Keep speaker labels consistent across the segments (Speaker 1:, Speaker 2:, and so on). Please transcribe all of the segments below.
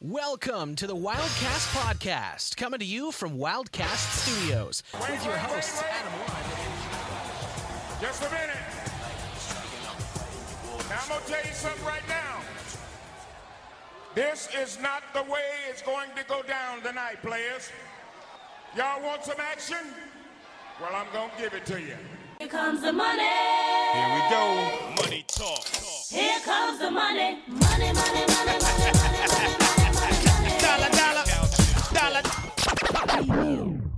Speaker 1: Welcome to the Wildcast Podcast, coming to you from Wildcast Studios with your hosts, Adam
Speaker 2: Just a minute. Now I'm gonna tell you something right now. This is not the way it's going to go down tonight, players. Y'all want some action? Well, I'm gonna give it to you.
Speaker 3: Here comes the money.
Speaker 2: Here we go.
Speaker 4: Money Talk.
Speaker 3: Here comes the money. Money, money, money, money, money, money, money, money.
Speaker 4: Dollar, dollar, dollar.
Speaker 1: Lund,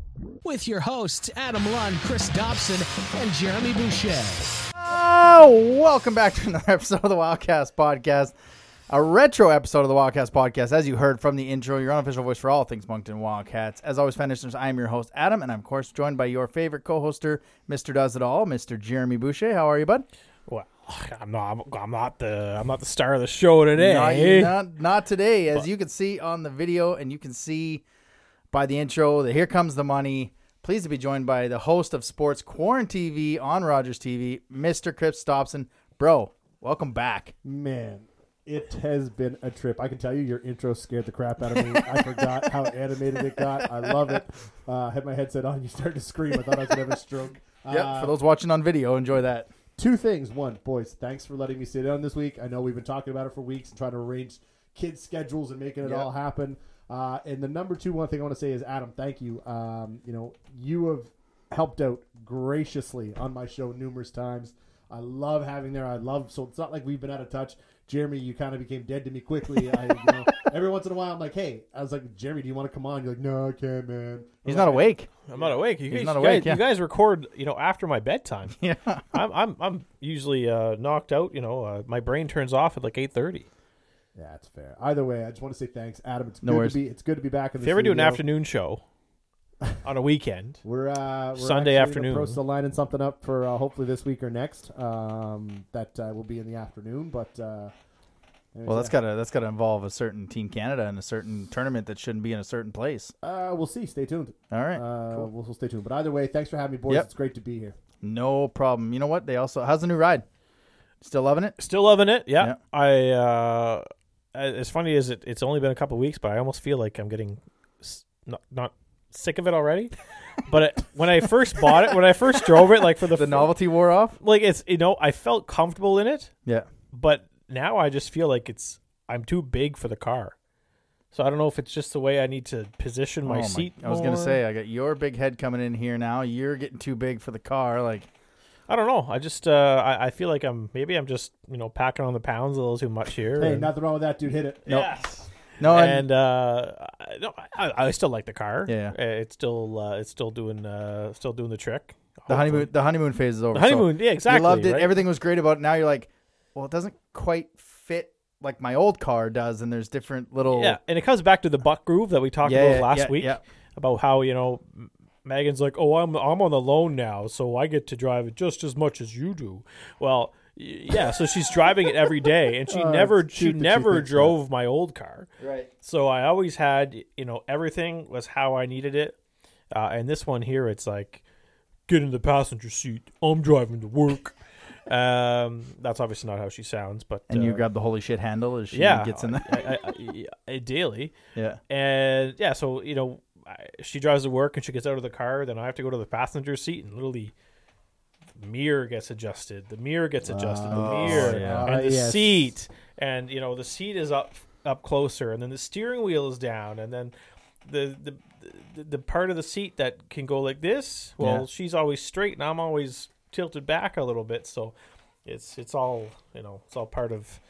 Speaker 1: with your hosts, Adam Lund, Chris Dobson, and Jeremy Boucher.
Speaker 5: Oh, welcome back to another episode of the Wildcast Podcast, a retro episode of the Wildcast Podcast. As you heard from the intro, your unofficial voice for all things Moncton Wildcats. As always, fan listeners, I am your host, Adam, and I'm, of course, joined by your favorite co-hoster, Mr. Does It All, Mr. Jeremy Boucher. How are you, bud?
Speaker 6: Well, I'm not. I'm not the. I'm not the star of the show today.
Speaker 5: Not, not, not today, as you can see on the video, and you can see by the intro that here comes the money. Pleased to be joined by the host of Sports Quarantine TV on Rogers TV, Mr. Chris Dobson. Bro, welcome back.
Speaker 7: Man, it has been a trip. I can tell you, your intro scared the crap out of me. I forgot how animated it got. I love it. Uh, I had my headset on. You started to scream. I thought I was going to have a stroke.
Speaker 5: Yep.
Speaker 7: Uh,
Speaker 5: for those watching on video, enjoy that.
Speaker 7: two things. One, boys, thanks for letting me sit in this week. I know we've been talking about it for weeks and trying to arrange kids' schedules and making it all happen. Uh, and the number two one thing I want to say is, Adam, thank you. Um, you know, you have helped out graciously on my show numerous times. I love having there. I love so it's not like we've been out of touch. Jeremy, you kind of became dead to me quickly. I, you know, every once in a while, I'm like, "Hey," I was like, "Jeremy, do you want to come on?" You're like, "No, I can't, man."
Speaker 5: He's not awake.
Speaker 6: I'm not awake. You guys,
Speaker 5: not
Speaker 6: you
Speaker 5: awake,
Speaker 6: guys-
Speaker 5: yeah.
Speaker 6: you guys record, you know, after my bedtime.
Speaker 5: Yeah.
Speaker 6: I'm, I'm, I'm usually uh, knocked out. You know, uh, my brain turns off at like 8:30.
Speaker 7: Yeah, that's fair. Either way, I just want to say thanks, Adam. It's
Speaker 5: No
Speaker 7: good
Speaker 5: worries.
Speaker 7: to be. It's good to be back in
Speaker 6: If
Speaker 7: the.
Speaker 6: you ever do an
Speaker 5: uh,
Speaker 7: studio.
Speaker 6: afternoon show on a weekend,
Speaker 7: We're, uh, we're
Speaker 6: Sunday
Speaker 7: actually in the
Speaker 6: afternoon.
Speaker 7: process of lining something up for uh, hopefully this week or next. Um, that uh, will be in the afternoon, but uh,
Speaker 5: Well, that's gotta that's gotta involve a certain Team Canada and a certain tournament that shouldn't be in a certain place.
Speaker 7: uh, we'll see. Stay tuned.
Speaker 5: All right,
Speaker 7: uh, we'll, we'll stay tuned. But either way, thanks for having me, boys.
Speaker 5: Yep.
Speaker 7: It's great to be here.
Speaker 5: no problem. You know what? They also how's the new ride? Still loving it?
Speaker 6: still loving it. Yeah,
Speaker 5: Yeah.
Speaker 6: I. Uh, as funny as it, it's only been a couple weeks, but I almost feel like I'm getting s- not not sick of it already. but it, when I first bought it, when I first drove it, like for the
Speaker 5: The
Speaker 6: fir-
Speaker 5: novelty wore off.
Speaker 6: like it's you know I felt comfortable in it,
Speaker 5: Yeah,
Speaker 6: but now I just feel like it's I'm too big for the car. So I don't know if it's just the way I need to position my
Speaker 5: Oh
Speaker 6: seat.
Speaker 5: I was gonna
Speaker 6: more.
Speaker 5: say I got your big head coming in here now. You're getting too big for the car. Like
Speaker 6: I don't know. I just uh, I, I feel like I'm maybe I'm just you know packing on the pounds a little too much here.
Speaker 7: Hey,
Speaker 6: and-
Speaker 7: nothing wrong with that, dude. Hit it.
Speaker 5: no,
Speaker 6: Yes.
Speaker 5: no, and,
Speaker 6: and uh, I- no, I, I still like the car.
Speaker 5: Yeah.
Speaker 6: Uh, it's still uh, it's still doing uh, still doing the trick.
Speaker 5: the
Speaker 6: Hopefully.
Speaker 5: honeymoon the honeymoon phase is over.
Speaker 6: The honeymoon,
Speaker 5: so
Speaker 6: yeah, exactly,
Speaker 5: You loved it.
Speaker 6: right?
Speaker 5: Everything was great about it. Now you're like, well, it doesn't quite fit like my old car does, and there's different little
Speaker 6: Yeah, and it comes back to the buck groove that we talked
Speaker 5: Yeah,
Speaker 6: about
Speaker 5: yeah,
Speaker 6: last
Speaker 5: yeah,
Speaker 6: week
Speaker 5: yeah.
Speaker 6: about how you know M- Megan's like, oh, I'm I'm on the loan now, so I get to drive it just as much as you do. Well, y- yeah, so she's driving it every day, and she
Speaker 5: Oh,
Speaker 6: never
Speaker 7: it's
Speaker 6: she
Speaker 7: cute that she
Speaker 6: never
Speaker 7: thinks that.
Speaker 6: drove my old car.
Speaker 5: right.
Speaker 6: So I always had, you know, everything was how I needed it. Uh, and this one here, it's like, get in the passenger seat. I'm driving to work. um, that's obviously not how she sounds, but
Speaker 5: And you
Speaker 6: uh,
Speaker 5: grab the holy shit handle as she
Speaker 6: yeah,
Speaker 5: gets in there.
Speaker 6: I, I, I- ideally,
Speaker 5: yeah.
Speaker 6: and yeah, so you know, I, she drives to work and she gets out of the car. Then I have to go to the passenger seat and literally. the Mirror gets adjusted. The mirror gets adjusted. the mirror
Speaker 5: Oh, yeah.
Speaker 6: and
Speaker 7: Ah,
Speaker 6: the
Speaker 7: yes.
Speaker 6: seat, and you know the seat is up up closer, and then the steering wheel is down, and then the the the, the part of the seat that can go like this. Well,
Speaker 5: Yeah.
Speaker 6: she's always straight, and I'm always tilted back a little bit. So it's it's all you know. It's all part of.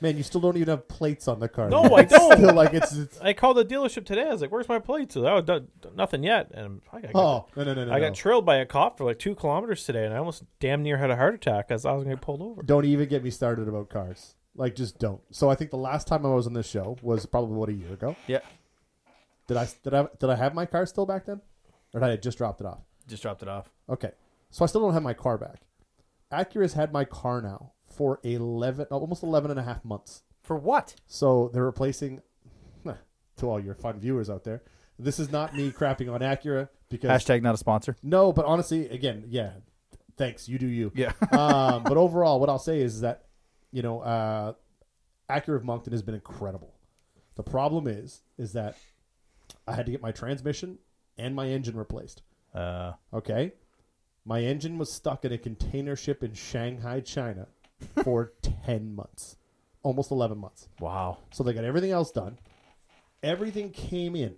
Speaker 7: Man, you still don't even have plates on the car.
Speaker 6: No, I don't.
Speaker 7: Still like it's. it's
Speaker 6: I called the dealership today. I was like, "Where's my plate?" So oh, done- nothing yet. And I got,
Speaker 7: oh no no no no.
Speaker 6: I
Speaker 7: no.
Speaker 6: got trailed by a cop for like two kilometers today, and I almost damn near had a heart attack as I was going to get pulled over.
Speaker 7: don't even get me started about cars. Like, just don't. So I think the last time I was on this show was probably what a year ago.
Speaker 5: Yeah.
Speaker 7: Did I did I did I have my car still back then, or did I just dropped it off?
Speaker 5: Just dropped it off.
Speaker 7: Okay, so I still don't have my car back. Acura's had my car now for 11, almost 11 and a half months.
Speaker 5: For what?
Speaker 7: So they're replacing, to all your fun viewers out there, this is not me crapping on Acura because
Speaker 5: Hashtag not a sponsor.
Speaker 7: no, but honestly, again, yeah, thanks, you do you.
Speaker 5: Yeah.
Speaker 7: um, but overall, what I'll say is that, you know, uh, Acura of Moncton has been incredible. The problem is, is that I had to get my transmission and my engine replaced.
Speaker 5: Uh,
Speaker 7: Okay. My engine was stuck in a container ship in Shanghai, China for 10 months, almost 11 months.
Speaker 5: wow.
Speaker 7: So they got everything else done. Everything came in.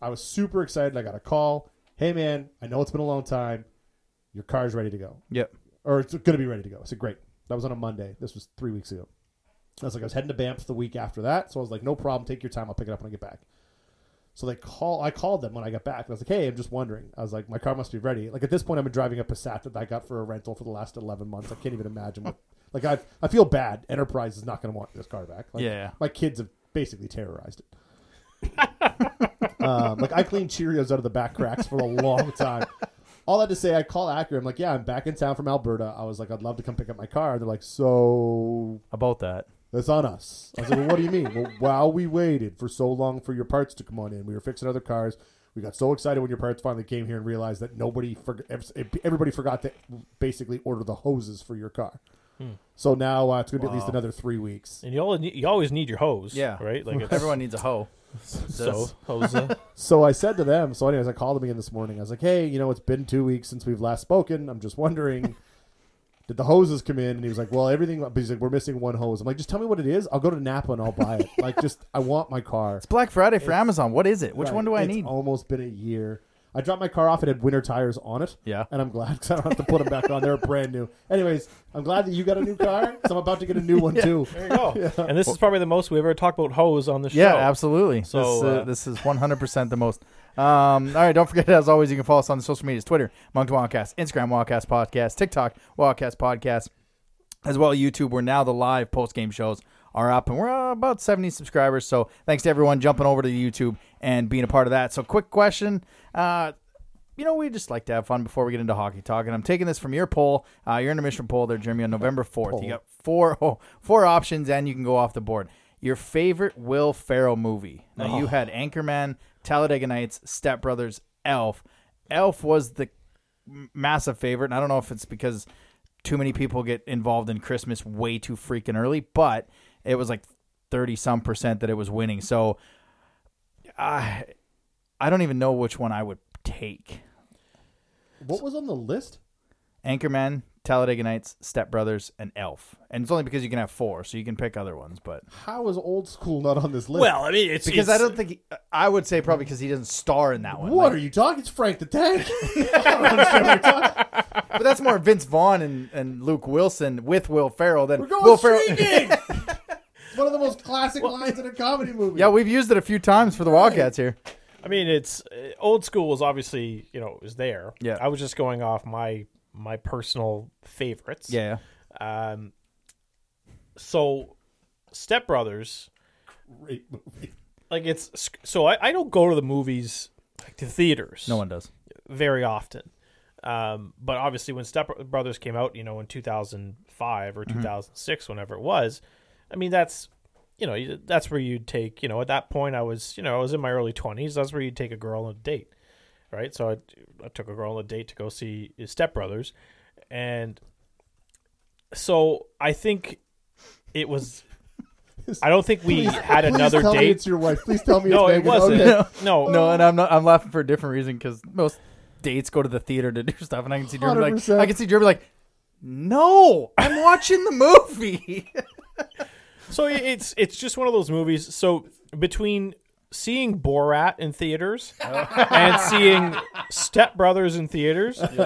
Speaker 7: I was super excited. I got a call. Hey, man, I know it's been a long time. Your car's ready to go
Speaker 5: Yep.
Speaker 7: or it's going to be ready to go. I said, great. That was on a Monday. This was three weeks ago. I was like, I was heading to Banff the week after that. So I was like, no problem. Take your time. I'll pick it up when I get back. So they call. I called them when I got back. And I was like, hey, I'm just wondering. I was like, my car must be ready. Like at this point, I've been driving a Passat that I got for a rental for the last 11 months. I can't even imagine what. Like I, I feel bad. Enterprise is not going to want this car back. Like,
Speaker 5: Yeah.
Speaker 7: My kids have basically terrorized it. Um, like I cleaned Cheerios out of the back cracks for a long time. All that to say, I call Acura. I'm like, yeah, I'm back in town from Alberta. I was like, I'd love to come pick up my car. They're like, so
Speaker 5: About that.
Speaker 7: that's on us. I was like, well, what do you mean? well, while we waited for so long for your parts to come on in, we were fixing other cars. We got so excited when your parts finally came here and realized that nobody forgot. Everybody forgot to basically order the hoses for your car. So now uh, it's going to be at least another three weeks.
Speaker 6: And you always need, you always need your hose.
Speaker 5: Yeah.
Speaker 6: Right. Like it's,
Speaker 5: Everyone needs a hoe.
Speaker 6: So hose. uh,
Speaker 7: So I said to them, so anyways, I called them again this morning. I was like, hey, you know, it's been two weeks since we've last spoken. I'm just wondering, did the hoses come in? And he was like, well, everything, but he's like, we're missing one hose. I'm like, just tell me what it is. I'll go to Napa and I'll buy it. like, just, I want my car.
Speaker 5: Black Friday for Amazon. What is it? Which
Speaker 7: Right.
Speaker 5: one do I
Speaker 7: It's
Speaker 5: need?
Speaker 7: almost been a year. I dropped my car off. It had winter tires on it.
Speaker 5: Yeah.
Speaker 7: And I'm glad 'cause I don't have to put them back on. They're brand new. Anyways, I'm glad that you got a new car. So I'm about to get a new one too.
Speaker 6: there you go. Oh, And this is probably the most we've ever talked about hose on the show.
Speaker 5: Yeah, absolutely.
Speaker 6: So,
Speaker 5: this, uh,
Speaker 6: uh,
Speaker 5: this is 100% the most. Um, all right, don't forget, as always, you can follow us on the social medias Twitter, Monkton Wildcast, Instagram, Wildcast Podcast, TikTok, Wildcast Podcast, as well YouTube, where now the live post game shows are up, and we're uh, about 70 subscribers. So thanks to everyone jumping over to YouTube and being a part of that. So, quick question. Uh, you know, we just like to have fun before we get into hockey talk. And I'm taking this from your poll, uh, your intermission poll there, Jeremy, on November 4th. You got four, oh, four options, and you can go off the board. Your favorite Will Ferrell movie. Now, you had Anchorman, Talladega Nights, Step Brothers, Elf. Elf was the m- massive favorite, and I don't know if it's because too many people get involved in Christmas way too freaking early, but it was like 30 some percent that it was winning. So I, I don't even know which one I would take.
Speaker 7: What was on the list?
Speaker 5: Anchorman, Talladega Nights, Step Brothers, and Elf. And it's only because you can have four, so you can pick other ones. But
Speaker 7: How is old school not on this list?
Speaker 6: Well, I mean, it's
Speaker 5: because
Speaker 6: it's-
Speaker 5: I don't think he- uh, I would say probably because he doesn't star in that one.
Speaker 7: what
Speaker 5: Like,
Speaker 7: are you talking? It's Frank the Tank. I don't understand what you're talking.
Speaker 5: But that's more Vince Vaughn and, and Luke Wilson with Will Ferrell than
Speaker 7: We're going
Speaker 5: Will Ferrell.
Speaker 7: streaking. it's one of the most classic lines in a comedy movie.
Speaker 5: yeah, we've used it a few times for the Wildcats here.
Speaker 6: I mean, it's uh, old school was obviously you know it was there.
Speaker 5: Yeah.
Speaker 6: I was just going off my my personal favorites.
Speaker 5: Yeah,
Speaker 6: Um. So, Step Brothers,
Speaker 7: Great movie.
Speaker 6: like it's sc- so I, I don't go to the movies like, to theaters.
Speaker 5: no one does.
Speaker 6: very often. Um, but obviously, when Step Brothers came out, you know, in 2005 or
Speaker 5: Mm-hmm.
Speaker 6: 2006, whenever it was, I mean, that's you know, you- that's where you'd take you know, at that point, I was you know, I was in my early 20s. That's where you'd take a girl on a date, right? So I, I took a girl on a date to go see uh, Step Brothers, and so I think it was. I don't think we had
Speaker 7: Please
Speaker 6: another
Speaker 7: tell Me
Speaker 6: date.
Speaker 7: it's your wife. Please tell me.
Speaker 6: No,
Speaker 7: it's
Speaker 6: it
Speaker 7: Megan.
Speaker 6: wasn't.
Speaker 7: Okay.
Speaker 6: No,
Speaker 5: No, and I'm not. I'm laughing for a different reason because most dates go to the theater to do stuff, and I can see Jeremy like
Speaker 7: 100%.
Speaker 5: I can see Jeremy like, no, I'm watching the movie.
Speaker 6: So i- it's it's just one of those movies. So between seeing Borat in theaters and seeing Step Brothers in theaters, like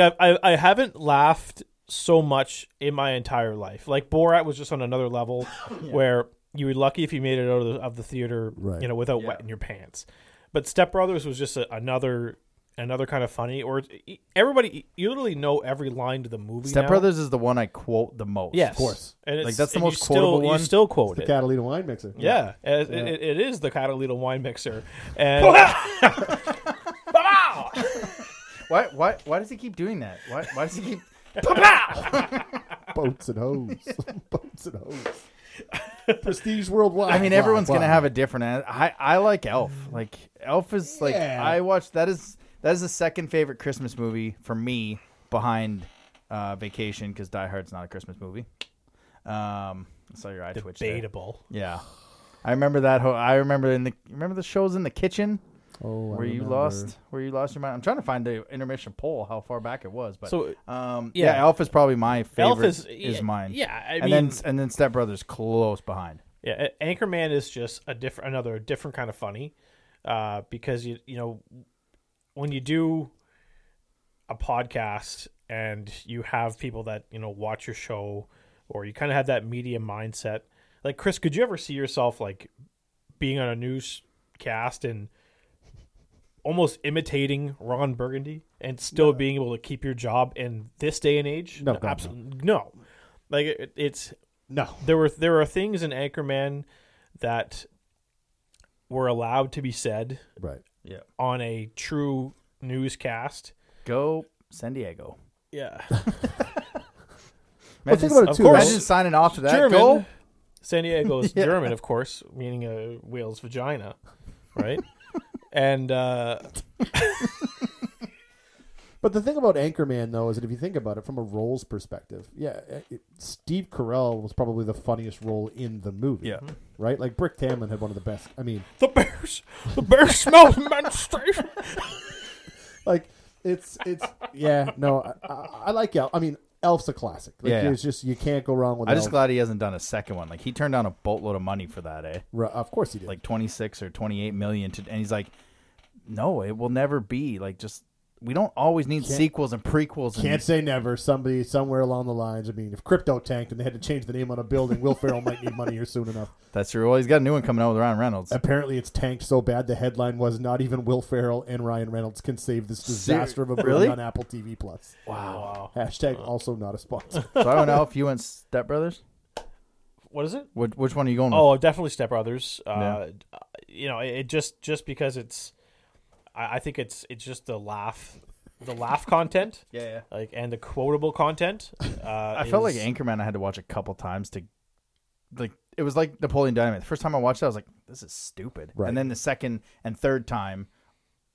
Speaker 6: I, I I haven't laughed so much in my entire life. Like Borat was just on another level where you were lucky if you made it out of the, of the theater,
Speaker 7: Right.
Speaker 6: you know, without wetting your pants. But Step Brothers was just a, another another kind of funny or e, everybody you literally know every line to the movie
Speaker 5: Step
Speaker 6: now.
Speaker 5: Brothers is the one I quote the most.
Speaker 6: yes
Speaker 7: of course.
Speaker 6: and it's,
Speaker 5: that's the
Speaker 6: and you
Speaker 5: most quotable
Speaker 6: still,
Speaker 5: one.
Speaker 6: you still quote
Speaker 7: The
Speaker 6: it
Speaker 7: Catalina wine mixer.
Speaker 6: yeah, it- it- it- it is the Catalina wine mixer. And Pow!
Speaker 5: Why? Why? Why does he keep doing that? Why? Why does he keep?
Speaker 7: Boats and hoes. Boats and hoes. Prestige worldwide.
Speaker 5: I mean, everyone's gonna have a different. an- I I like Elf. Like Elf is like
Speaker 7: Yeah.
Speaker 5: I watched. That is that is the second favorite Christmas movie for me behind uh, Vacation because Die Hard's not a Christmas movie. Um, I saw your eye twitch. there.
Speaker 6: Debatable.
Speaker 5: Yeah. I I remember that. Ho- I remember in the remember the shows in the kitchen
Speaker 7: Oh, I
Speaker 5: where you
Speaker 7: remember.
Speaker 5: lost where you lost your mind. I'm trying to find the intermission poll how far back it was, but
Speaker 6: So,
Speaker 5: um, yeah.
Speaker 6: yeah.
Speaker 5: Elf is probably my favorite.
Speaker 6: Elf is- yeah,
Speaker 5: mine.
Speaker 6: yeah, I
Speaker 5: and
Speaker 6: mean-
Speaker 5: then and then Step Brothers close behind.
Speaker 6: Yeah, A- Anchorman is just a different, another different kind of funny, uh, because you you know when you do a podcast and you have people that you know watch your show, or you kind of have that media mindset. Like Chris, could you ever see yourself like being on a newscast and almost imitating Ron Burgundy and still being able to keep your job in this day and age?
Speaker 7: No, God, no.
Speaker 6: absolutely no. Like it, it's
Speaker 7: No.
Speaker 6: there were there are things in Anchorman that were allowed to be said
Speaker 7: Right.
Speaker 5: Yeah,
Speaker 6: on a true newscast.
Speaker 5: go San Diego.
Speaker 6: Yeah,
Speaker 7: Well, think
Speaker 5: Imagine-
Speaker 7: about it
Speaker 6: of
Speaker 7: too.
Speaker 6: course.
Speaker 5: Imagine signing off to that.
Speaker 6: German.
Speaker 5: Go.
Speaker 6: San Diego is German, of course, meaning a whale's vagina, right? and uh,
Speaker 7: But the thing about Anchorman, though, is that if you think about it from a roles perspective, yeah, it, Steve Carell was probably the funniest role in the movie.
Speaker 5: Yeah.
Speaker 7: Right? Like, Brick Tamlin had one of the best. I mean,
Speaker 6: the bears, the bears smell menstruation.
Speaker 7: like, it's, it's, yeah, no, I, I, I like Elf. I mean, Elf's a classic. Like,
Speaker 5: Yeah, yeah.
Speaker 7: It's just, you can't go wrong with
Speaker 5: I'm just
Speaker 7: Elf.
Speaker 5: glad he hasn't done a second one. Like he turned down a boatload of money for that, eh?
Speaker 7: Ru- Of course he did.
Speaker 5: Like 26 or 28 million. To, and he's like, no, it will never be. Like just we don't always need sequels and prequels. And,
Speaker 7: Can't say never. Somebody somewhere along the lines. I mean, if crypto tanked and they had to change the name on a building, Will Ferrell might need money here soon enough.
Speaker 5: That's true. Well, he's got a new one coming out with Ryan Reynolds.
Speaker 7: Apparently, it's tanked so bad the headline was "Not even Will Ferrell and Ryan Reynolds can save this disaster of a movie
Speaker 5: Really?
Speaker 7: on Apple TV Plus." Wow. Hashtag also not a sponsor.
Speaker 5: so I went Elf. You went Step Brothers.
Speaker 6: What is it?
Speaker 5: Which, which one are you going with?
Speaker 6: Oh, definitely Step Brothers. Uh, You know, it, it just just because it's, I, I think it's it's just the laugh, the laugh content.
Speaker 5: Yeah, yeah.
Speaker 6: Like and the quotable content. Uh,
Speaker 5: I felt like
Speaker 6: is-
Speaker 5: Anchorman. I had to watch a couple times to, like, it was like Napoleon Dynamite. The first time I watched it, I was like, "This is stupid."
Speaker 7: Right.
Speaker 5: And then the second and third time,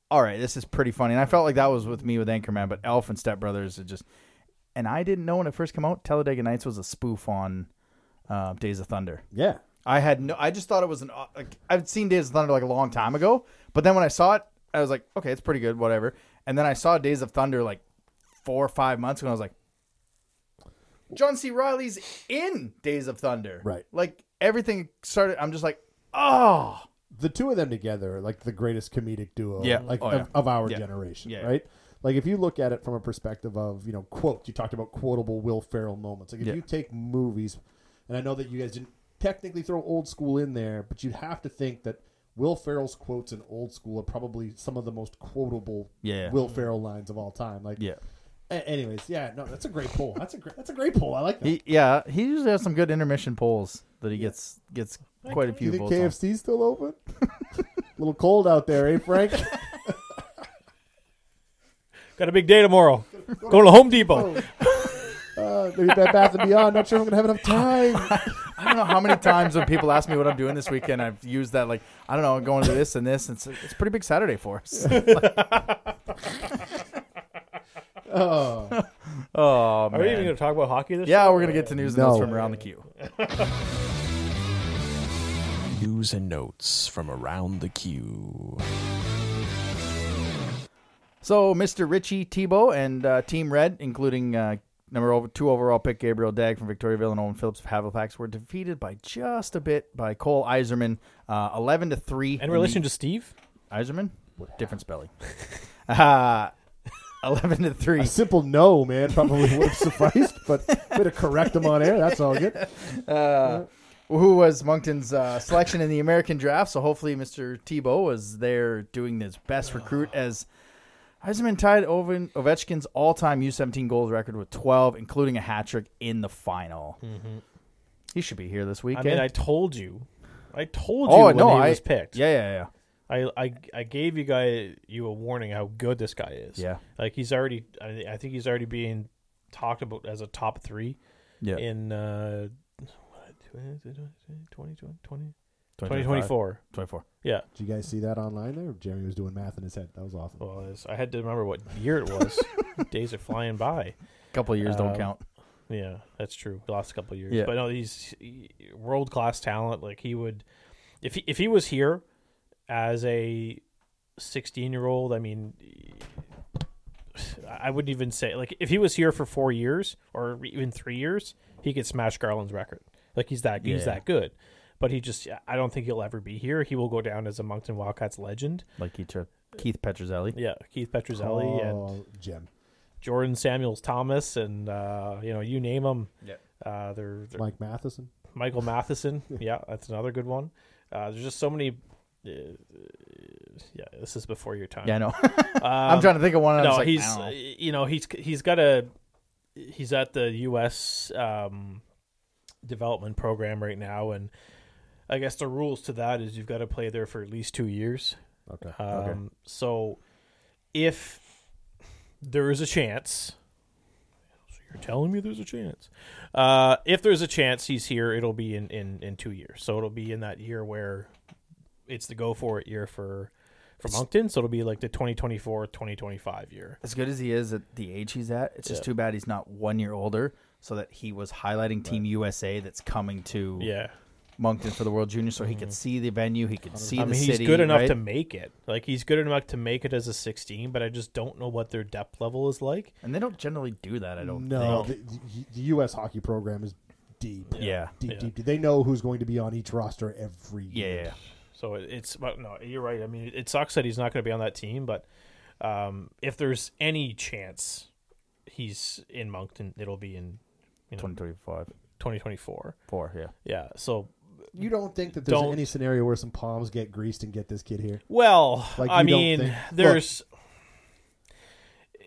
Speaker 5: all right, this is pretty funny. And I felt like that was with me with Anchorman, but Elf and Step Brothers, it just. And I didn't know when it first came out, Talladega Nights was a spoof on uh, Days of Thunder.
Speaker 7: yeah.
Speaker 5: I had no. I just thought it was an. uh, Like, I've seen Days of Thunder like a long time ago, but then when I saw it, I was like, okay, it's pretty good, whatever. And then I saw Days of Thunder like four or five months ago, and I was like, John C. Riley's in Days of Thunder,
Speaker 7: Right.
Speaker 5: Like everything started. I'm just like, oh,
Speaker 7: the two of them together are like the greatest comedic duo
Speaker 5: Yeah.
Speaker 7: like
Speaker 5: Oh,
Speaker 7: of,
Speaker 5: yeah.
Speaker 7: of our
Speaker 5: Yeah.
Speaker 7: generation
Speaker 5: Yeah.
Speaker 7: right like if you look at it from a perspective of you know quote you talked about quotable will ferrell moments like if
Speaker 5: Yeah.
Speaker 7: you take movies and i know that you guys didn't technically throw old school in there but you'd have to think that will ferrell's quotes in old school are probably some of the most quotable
Speaker 5: Yeah.
Speaker 7: will ferrell lines of all time like
Speaker 5: Yeah.
Speaker 7: a- anyways yeah no that's a great poll that's a great that's a great poll i like that
Speaker 5: he, yeah. He usually has some good intermission polls that he gets gets quite a
Speaker 7: you
Speaker 5: few
Speaker 7: think
Speaker 5: votes. on.
Speaker 7: KFC's still open? little cold out there, eh, Frank?
Speaker 6: got a big day tomorrow. Going to Home
Speaker 5: Oh.
Speaker 6: Depot.
Speaker 7: Uh, maybe Bed Bath and Beyond. Not sure if I'm gonna have enough time.
Speaker 5: I don't know how many times when people ask me what I'm doing this weekend, I've used that like I don't know, I'm going to this and this. And it's it's a pretty big Saturday for us.
Speaker 7: Oh,
Speaker 5: Oh
Speaker 6: Are we even going
Speaker 5: man.
Speaker 6: to talk about hockey this?
Speaker 5: Yeah,
Speaker 6: year?
Speaker 5: we're gonna get to news and
Speaker 7: No.
Speaker 5: notes from around the queue.
Speaker 8: News and notes from around the queue.
Speaker 5: So Mr. Richie Tebow and uh, Team Red, including uh, number over, two overall pick Gabriel Dag from Victoriaville and Owen Phillips of Halifax, were defeated by just a bit by Cole Iserman, uh, eleven to three.
Speaker 6: In relation to Steve,
Speaker 5: Iserman, different spelling. uh, eleven to three.
Speaker 7: a simple no, man, probably would have sufficed. But way to correct him on air. That's all good.
Speaker 5: who was Moncton's uh, selection in the American draft. So hopefully, Mr. Tebow was there doing his best recruit as Heisman tied Ovin- Ovechkin's all-time U17 goals record with 12, including a hat trick in the final. He should be here this
Speaker 6: I
Speaker 5: weekend.
Speaker 6: mean, I told you, I told you
Speaker 5: oh
Speaker 6: when
Speaker 5: no,
Speaker 6: he
Speaker 5: I
Speaker 6: was picked.
Speaker 5: Yeah, yeah, yeah.
Speaker 6: I, I, I gave you guy you a warning how good this guy is.
Speaker 5: Yeah.
Speaker 6: like he's already. I, I think he's already being talked about as a top three
Speaker 5: Yeah.
Speaker 6: in uh, what, 20, 20, 2024.
Speaker 5: 24.
Speaker 6: Yeah,
Speaker 7: Did you guys see that online there? Jeremy was doing math in his head. That was awesome.
Speaker 6: well, it's- I had to remember what year it was. Days are flying by.
Speaker 5: A couple of years don't
Speaker 6: Um,
Speaker 5: count.
Speaker 6: Yeah, that's true. The last couple of years,
Speaker 5: Yeah.
Speaker 6: but no, he's world class talent. Like he would, if he, if he was here as a 16 year old, I mean, I wouldn't even say like if he was here for four years or even three years, he could smash Garland's record. Like he's that he's that good. But he just I don't think he'll ever be here. He will go down as a Moncton Wildcats legend.
Speaker 5: Like he took Keith Petrozelli.
Speaker 6: Yeah, Keith Petruzzelli and
Speaker 7: Oh, Jim.
Speaker 6: Jordan Samuels Thomas and uh, you know you name them.
Speaker 5: Yeah.
Speaker 6: Uh, they're, they're
Speaker 7: Mike Matheson.
Speaker 6: Michael Matheson. yeah, that's another good one. Uh, there's just so many. uh, yeah, this is before your time.
Speaker 5: Yeah, I know. I'm trying to think of one. and I'm
Speaker 6: Um, no, he's
Speaker 5: just like, I don't know.
Speaker 6: you know he's he's got a he's at the U.S. Um, development program right now, and I guess the rules to that is you've got to play there for at least two years.
Speaker 7: Okay.
Speaker 6: Um, So if there is a chance, so you're telling me there's a chance. Uh, if there's a chance he's here, it'll be in, in, in two years. So it'll be in that year where it's the go for it year for for Moncton. So it'll be like the 2024 2025 year.
Speaker 5: as good as he is at the age he's at, it's just too bad he's not one year older, so that he was highlighting Team USA that's coming to
Speaker 6: Yeah. Mm-hmm.
Speaker 5: Moncton for the World Junior, so he could see the venue, he could see
Speaker 6: I
Speaker 5: the
Speaker 6: mean,
Speaker 5: city.
Speaker 6: he's good enough
Speaker 5: right?
Speaker 6: to make it. Like, he's good enough to make it as a 16, but I just don't know what their depth level is like.
Speaker 5: and they don't generally do that. I don't.
Speaker 7: No, the,
Speaker 5: think.
Speaker 7: the- the U.S. hockey program is deep.
Speaker 5: Yeah.
Speaker 7: Deep, deep, deep. They know who's going to be on each roster every
Speaker 5: Yeah,
Speaker 7: year.
Speaker 5: yeah, yeah.
Speaker 6: So it- it's but no, you're right. I mean, it- it sucks that he's not going to be on that team, but um, if there's any chance he's in Moncton, it'll be in you know,
Speaker 5: 2025,
Speaker 6: 2024.
Speaker 5: four. Yeah,
Speaker 6: Yeah. So
Speaker 7: You don't think that there's
Speaker 6: Don't-
Speaker 7: any scenario where some palms get greased and get this kid here?
Speaker 6: well,
Speaker 7: Like,
Speaker 6: I
Speaker 7: you don't
Speaker 6: mean,
Speaker 7: think-
Speaker 6: there's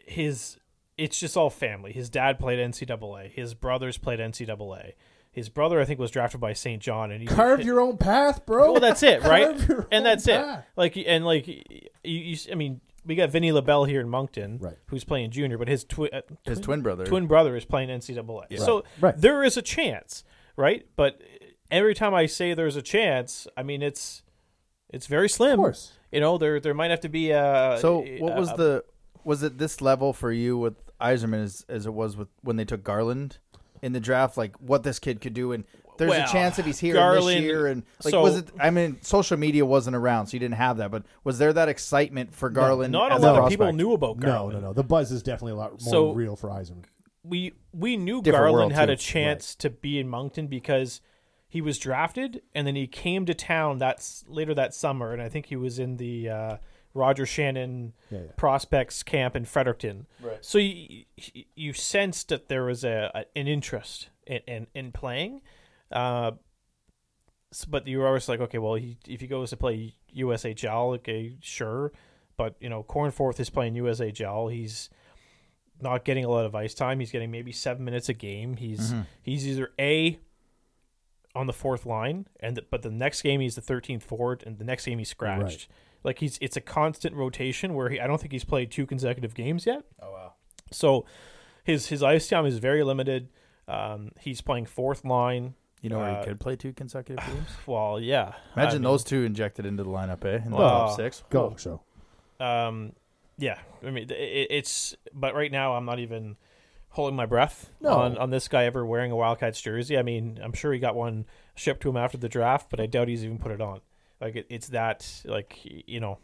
Speaker 6: his. It's just all family. His dad played NCAA. His brothers played NCAA. His brother, I think, was drafted by St. John, and he
Speaker 7: Carve your own path, bro.
Speaker 6: Well, that's it, right?
Speaker 7: Carve your
Speaker 6: and
Speaker 7: own
Speaker 6: that's it.
Speaker 7: path.
Speaker 6: Like, and like, you, you, I mean, we got Vinny LaBelle here in Moncton,
Speaker 7: Right.
Speaker 6: Who's playing junior, but his twi- uh,
Speaker 5: his twin brother.
Speaker 6: twin brother is playing NCAA. So
Speaker 7: Right.
Speaker 6: there is a chance, right? But every time I say there's a chance, I mean it's it's very slim. Of
Speaker 7: course.
Speaker 6: You know, there there might have to be a.
Speaker 5: So what was
Speaker 6: a-
Speaker 5: the was it this level for you with Eiserman as, as it was with when they took Garland in the draft? Like what this kid could do, and there's
Speaker 6: Well,
Speaker 5: a chance if he's here this
Speaker 6: Garland-
Speaker 5: year. And like
Speaker 6: so-
Speaker 5: was it? I mean, social media wasn't around, so you didn't have that. But was there that excitement for Garland?
Speaker 6: Not a
Speaker 5: as
Speaker 6: lot of
Speaker 5: prospect?
Speaker 6: people knew about
Speaker 7: No,
Speaker 6: Garland.
Speaker 7: no, no. The buzz is definitely a lot more
Speaker 6: So-
Speaker 7: real for Eiserman.
Speaker 6: we we knew
Speaker 5: Different world,
Speaker 6: Garland had
Speaker 5: too.
Speaker 6: a chance to be in Moncton because he was drafted and then he came to town that's later that summer and I think he was in the uh, Roger Shannon
Speaker 7: yeah.
Speaker 6: prospects camp in Fredericton. Right. So you you sensed that there was a, a an interest in in, in playing. Uh, s- but you were always like, okay, well, he, if he goes to play USHL, okay, sure. But you know, Cornforth is playing USHL. He's not getting a lot of ice time. He's getting maybe seven minutes a game. He's he's either a on the fourth line, and the, but the next game he's the thirteenth forward, and the next game he's scratched.
Speaker 7: Right.
Speaker 6: Like he's it's a constant rotation where he I don't think he's played two consecutive games yet. Oh wow! So his his ice time is very limited. Um, he's playing fourth line.
Speaker 5: You know where
Speaker 6: Uh,
Speaker 5: he could play two consecutive games.
Speaker 6: Well, yeah.
Speaker 5: Imagine
Speaker 6: I mean,
Speaker 5: those two injected into the lineup, eh? In the
Speaker 6: Well,
Speaker 5: top six.
Speaker 7: Go show.
Speaker 6: Um, yeah, I mean th- it, it's. But right now, I'm not even holding my breath on on this guy ever wearing a Wildcats jersey. I mean, I'm sure he got one shipped to him after the draft, but I doubt he's even put it on. Like it, it's that like y- you know,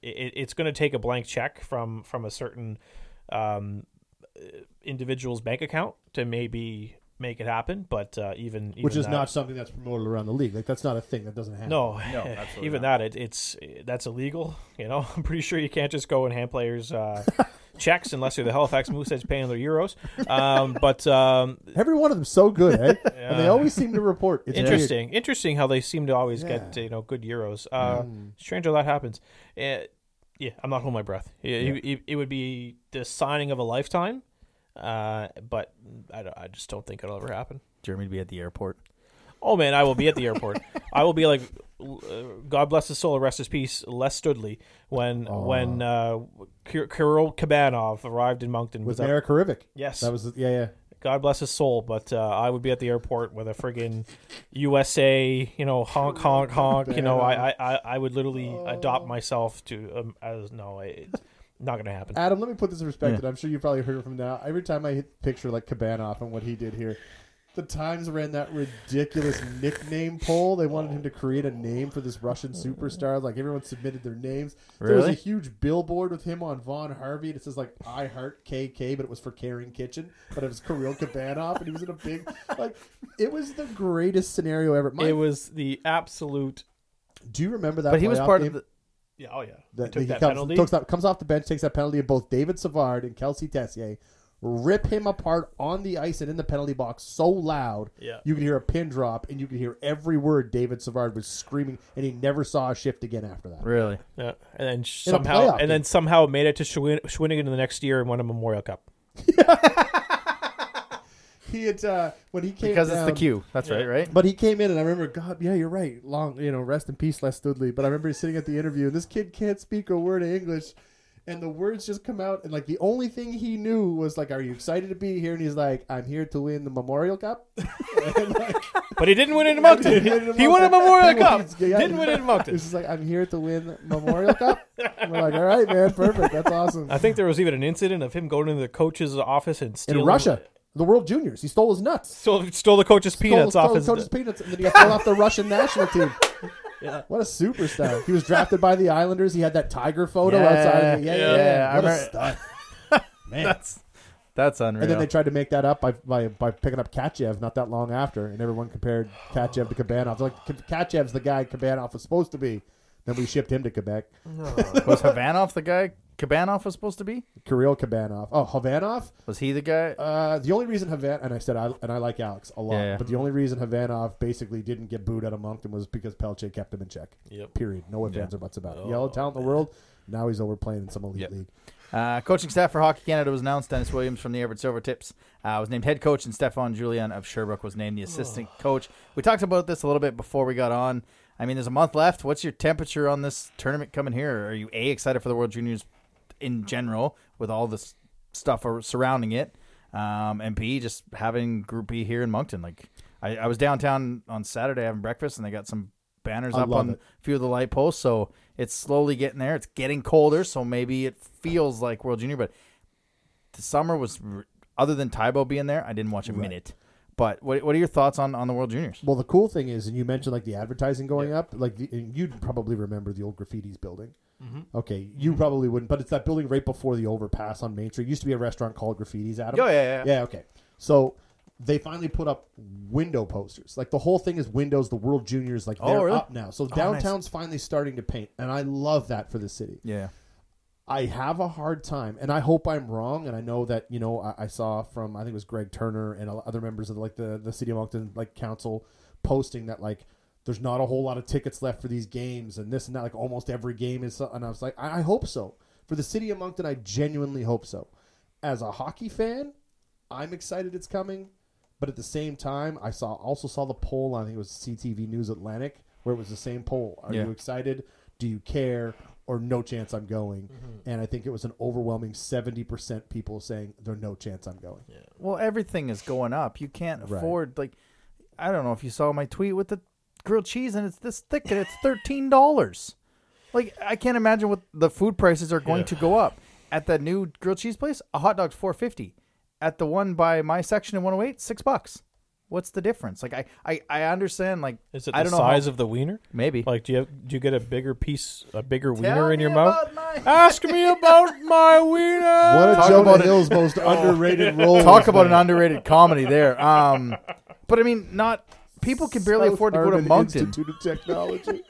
Speaker 6: it, it's going to take a blank check from from a certain um, uh, individual's bank account to maybe make it happen. But uh, even, even
Speaker 7: Which is
Speaker 6: that-
Speaker 7: not something that's promoted around the league. Like that's not a thing that doesn't happen.
Speaker 6: no, even that it, it's that's illegal. You know, I'm pretty sure you can't just go and hand players uh, checks unless you're the Halifax Mooseheads paying their euros. Um, but um,
Speaker 7: Every one of them's so good, eh? And they always seem to report. It's
Speaker 6: interesting, interesting how they seem to always get
Speaker 7: Yeah.
Speaker 6: you know good euros. Uh, Strange how that happens. Uh, yeah, I'm not holding my breath. It, it- it, it would be the signing of a lifetime, uh, but I, don't- I just don't think it'll ever happen.
Speaker 5: Jeremy to be at the airport.
Speaker 6: Oh man, I will be at the airport. I will be like, uh, God bless his soul, rest his peace, Les Studley, when when uh, Kir- Kirill Kabanov arrived in Moncton.
Speaker 7: With
Speaker 6: without-
Speaker 7: Eric Horovic.
Speaker 6: Yes.
Speaker 7: That was yeah, yeah.
Speaker 6: God bless his soul, but uh, I would be at the airport with a friggin' USA, you know, honk honk honk. You know, I I, I, I would literally
Speaker 7: Oh.
Speaker 6: adopt myself to um, as no, it's not gonna happen.
Speaker 7: Adam, let me put this in perspective. I'm sure you probably heard it from now. Every time I hit picture like Kabanov and what he did here, the Times ran that ridiculous nickname poll. They wanted him to create a name for this Russian superstar. Like everyone submitted their names. There was a
Speaker 5: Really?
Speaker 7: huge billboard with him on Von Harvey, and it says like "I heart KK," but it was for Karen Kitchen, but it was Kirill Kabanov, and he was in a big like. It was the greatest scenario ever. My,
Speaker 6: It was the absolute.
Speaker 7: do you remember that?
Speaker 5: But he was
Speaker 7: playoff
Speaker 5: part
Speaker 7: game?
Speaker 5: of the.
Speaker 6: Yeah, oh yeah.
Speaker 7: that,
Speaker 6: he took
Speaker 7: he
Speaker 6: that
Speaker 7: comes,
Speaker 6: penalty.
Speaker 7: takes that- comes off the bench, takes that penalty, and both David Savard and Kelsey Tessier rip him apart on the ice and in the penalty box so loud
Speaker 6: Yeah.
Speaker 7: you could hear a pin drop and you could hear every word David Savard was screaming, and he never saw a shift again after that.
Speaker 5: Really?
Speaker 6: yeah. And then somehow,
Speaker 7: playoff
Speaker 6: and
Speaker 7: game.
Speaker 6: then somehow made it to Schwin- Schwinnigan the next year and won a Memorial Cup.
Speaker 7: He had uh, when he came
Speaker 5: Because it's the
Speaker 7: down-
Speaker 5: Q. That's right, right?
Speaker 7: But he came in, and I remember, God, yeah, you're right. Long, you know, rest in peace, Les Studley. But I remember sitting at the interview, and this kid can't speak a word of English, and the words just come out, and like the only thing he knew was like, "Are you excited to be here?" And he's like, "I'm here to win the Memorial Cup." And, like,
Speaker 6: But he didn't win in Moncton. he won a Memorial Cup. Didn't win in Moncton.
Speaker 7: He's just like, "I'm here to win Memorial Cup." And we're like, "All right, man, perfect. That's awesome."
Speaker 6: I think there was even an incident of him going into the coach's office and
Speaker 7: in
Speaker 6: stealing
Speaker 7: Russia, the World Juniors, he stole his nuts.
Speaker 6: Stole, stole the coach's peanuts
Speaker 7: stole,
Speaker 6: off
Speaker 7: stole
Speaker 6: his.
Speaker 7: coach's peanuts, and then he got thrown off the Russian national team. What a superstar! He was drafted by the Islanders. He had that tiger photo
Speaker 5: Yeah,
Speaker 7: outside. Yeah, yeah,
Speaker 5: yeah,
Speaker 7: yeah.
Speaker 5: I
Speaker 7: What a
Speaker 5: remember-
Speaker 7: stud. Man.
Speaker 5: That's unreal.
Speaker 7: and then they tried to make that up by, by by picking up Katchev not that long after, and everyone compared Katchev to Kabanov. They're like "K- Katchev's the guy Kabanov was supposed to be. Then we shipped him to Quebec.
Speaker 5: was Havanov the guy Kabanov was supposed to be?
Speaker 7: Kirill Kabanov. Oh, Havanov.
Speaker 5: Was he the guy?
Speaker 7: Uh, the only reason Havan and I said I and I like Alex a lot,
Speaker 5: Yeah, yeah.
Speaker 7: but the only reason Havanov basically didn't get booed out of Moncton was because Pelche kept him in check.
Speaker 6: Yep.
Speaker 7: Period. No ifs ands or buts about it. Yellow talent in the world. Now he's over playing in some elite league.
Speaker 5: Uh, coaching staff for Hockey Canada was announced. Dennis Williams from the Everett Silver Tips uh, was named head coach, and Stefan Julian of Sherbrooke was named the assistant coach. We talked about this a little bit before we got on. I mean, there's a month left. What's your temperature on this tournament coming here? Are you a excited for the World Juniors in general with all this stuff ar- surrounding it, um, and b just having Group B here in Moncton? Like, I, I was downtown on Saturday having breakfast, and they got some banners
Speaker 7: I
Speaker 5: up
Speaker 7: love
Speaker 5: on
Speaker 7: it.
Speaker 5: a few of the light posts. So it's slowly getting there. It's getting colder, so maybe it feels like World Junior. But the summer was, r- other than Tybo being there, I didn't watch a minute. But what, what are your thoughts on, on the World Juniors?
Speaker 7: Well, the cool thing is, and you mentioned like the advertising going up, like the, and you'd probably remember the old graffitis building.
Speaker 5: Mm-hmm.
Speaker 7: Okay, you probably wouldn't, but it's that building right before the overpass on Main Street. Used to be a restaurant called Graffitis. Adam.
Speaker 5: Oh, yeah, yeah, yeah.
Speaker 7: yeah. Okay, so they finally put up window posters. Like the whole thing is windows. The World Juniors, like they're
Speaker 5: Oh, really?
Speaker 7: up now. So downtown's finally starting to paint, and I love that for the city.
Speaker 5: Yeah,
Speaker 7: I have a hard time, and I hope I'm wrong. And I know that you know I, I saw from I think it was Greg Turner and other members of like the the city of Moncton like council posting that like there's not a whole lot of tickets left for these games and this and that. Like almost every game is, so- and I was like, I, I hope so for the city of Moncton. I genuinely hope so. As a hockey fan, I'm excited it's coming, but at the same time, I saw also saw the poll on I think it was CTV News Atlantic where it was the same poll. Are
Speaker 5: Yeah.
Speaker 7: you excited? Do you care? Or no chance I'm going. And I think it was an overwhelming seventy percent people saying there's no chance I'm going.
Speaker 5: Well, everything is going up. You can't
Speaker 7: Right.
Speaker 5: afford like I don't know if you saw my tweet with the grilled cheese and it's this thick and it's thirteen dollars. Like I can't imagine what the food prices are going to go up at the new grilled cheese place. A hot dog's four fifty. At the one by my section in one hundred eight, six bucks. What's the difference? Like I, I, I understand. Like
Speaker 6: Is it
Speaker 5: I
Speaker 6: the
Speaker 5: don't know how-
Speaker 6: size of the wiener?
Speaker 5: Maybe.
Speaker 6: Like, do you have, do you get a bigger piece, a bigger
Speaker 5: Tell
Speaker 6: wiener in
Speaker 5: me
Speaker 6: your mouth? Ah,
Speaker 5: about my-
Speaker 6: Ask me about my wiener.
Speaker 7: What a
Speaker 5: Talk
Speaker 7: Joe
Speaker 5: about it.
Speaker 7: Hill's most underrated role.
Speaker 5: Talk about an underrated comedy there. Um, but I mean, not people can barely afford to go to Moncton.
Speaker 7: Institute of Technology.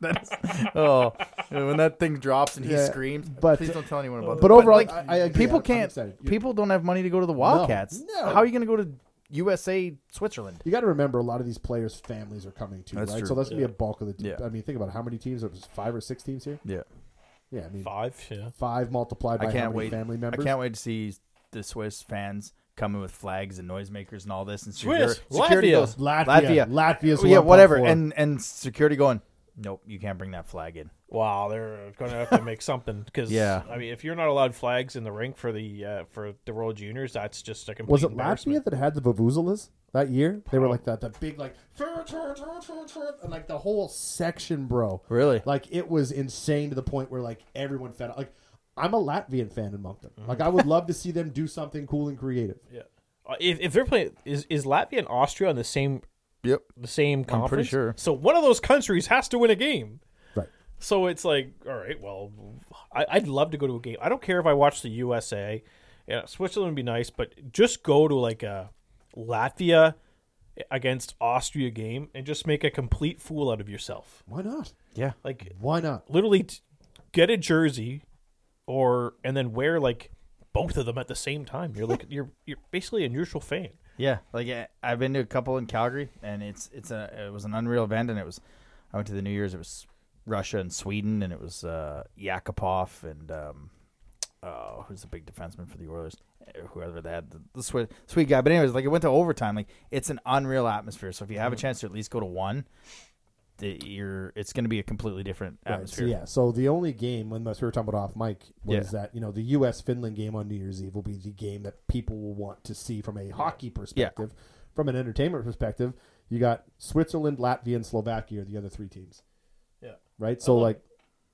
Speaker 5: That's oh, and when that thing drops and he
Speaker 7: Yeah,
Speaker 5: screams.
Speaker 7: but-
Speaker 5: please don't tell anyone about that.
Speaker 7: but overall,
Speaker 5: like,
Speaker 7: I- I agree.
Speaker 5: people
Speaker 7: I'm
Speaker 5: can't.
Speaker 7: excited. You-
Speaker 5: People don't have money to go to the Wildcats.
Speaker 7: no.
Speaker 5: How are you going to go to USA, Switzerland?
Speaker 7: You got to remember, a lot of these players' families are coming too,
Speaker 5: That's
Speaker 7: right?
Speaker 5: true.
Speaker 7: So that's gonna be a bulk of the.
Speaker 5: Yeah.
Speaker 7: I mean, think about how many teams. There was five or six teams here.
Speaker 5: Yeah,
Speaker 7: Yeah, I mean,
Speaker 6: Five. Yeah.
Speaker 7: five multiplied by
Speaker 5: I
Speaker 7: how
Speaker 5: can't
Speaker 7: many
Speaker 5: wait.
Speaker 7: family members.
Speaker 5: I can't wait to see the Swiss fans coming with flags and noisemakers and all this and
Speaker 6: Swiss,
Speaker 5: security- security
Speaker 6: Latvia,
Speaker 5: goes,
Speaker 7: Latvia, Latvia's
Speaker 5: yeah,
Speaker 7: 1.4.
Speaker 5: whatever, and and security going. Nope, you can't bring that flag in.
Speaker 6: Wow, they're going to have to make something because
Speaker 5: Yeah.
Speaker 6: I mean, if you're not allowed flags in the rink for the uh, for the World Juniors, that's just a complete
Speaker 7: Was it
Speaker 6: embarrassment.
Speaker 7: Latvia that had the Vuvuzelas that year? They were like that, the big like, and like the whole section, bro.
Speaker 5: Really?
Speaker 7: Like it was insane to the point where like everyone fed up. Like I'm a Latvian fan in Moncton. Like I would love to see them do something cool and creative.
Speaker 6: Mm-hmm. Yeah. uh, if, if they're playing is, is Latvia and Austria on the same
Speaker 5: Yep.
Speaker 6: the same
Speaker 5: pretty
Speaker 6: conference?
Speaker 5: sure.
Speaker 6: So one of those countries has to win a game.
Speaker 7: Right.
Speaker 6: So it's like, all right, well, I, I'd love to go to a game. I don't care if I watch the USA. Yeah, Switzerland would be nice, but just go to like a Latvia against Austria game and just make a complete fool out of yourself.
Speaker 7: Why not?
Speaker 5: Yeah.
Speaker 6: Like
Speaker 7: Why not?
Speaker 6: literally t- get a jersey or and then wear like both of them at the same time. You're like you're you're basically a neutral fan.
Speaker 5: Yeah, like eh, I've been to a couple in Calgary, and it's it's a it was an unreal event, and it was I went to the New Year's. It was Russia and Sweden, and it was uh, Yakupov and um, oh, who's the big defenseman for the Oilers? Eh, Whoever they had, the, the Swe- Swede guy. But anyways, like it went to overtime. Like it's an unreal atmosphere. So if you have a
Speaker 7: Mm-hmm.
Speaker 5: chance to at least go to one, the, you're it's going to be a completely different
Speaker 7: Right, so
Speaker 5: atmosphere.
Speaker 7: yeah, so the only game, unless we were talking about off mic, was
Speaker 5: Yeah.
Speaker 7: that you know the U.S. Finland game on New Year's Eve will be the game that people will want to see from a hockey perspective, from an entertainment perspective. You got Switzerland, Latvia, and Slovakia are the other three teams,
Speaker 6: Yeah.
Speaker 7: right?
Speaker 6: Oh.
Speaker 7: So like,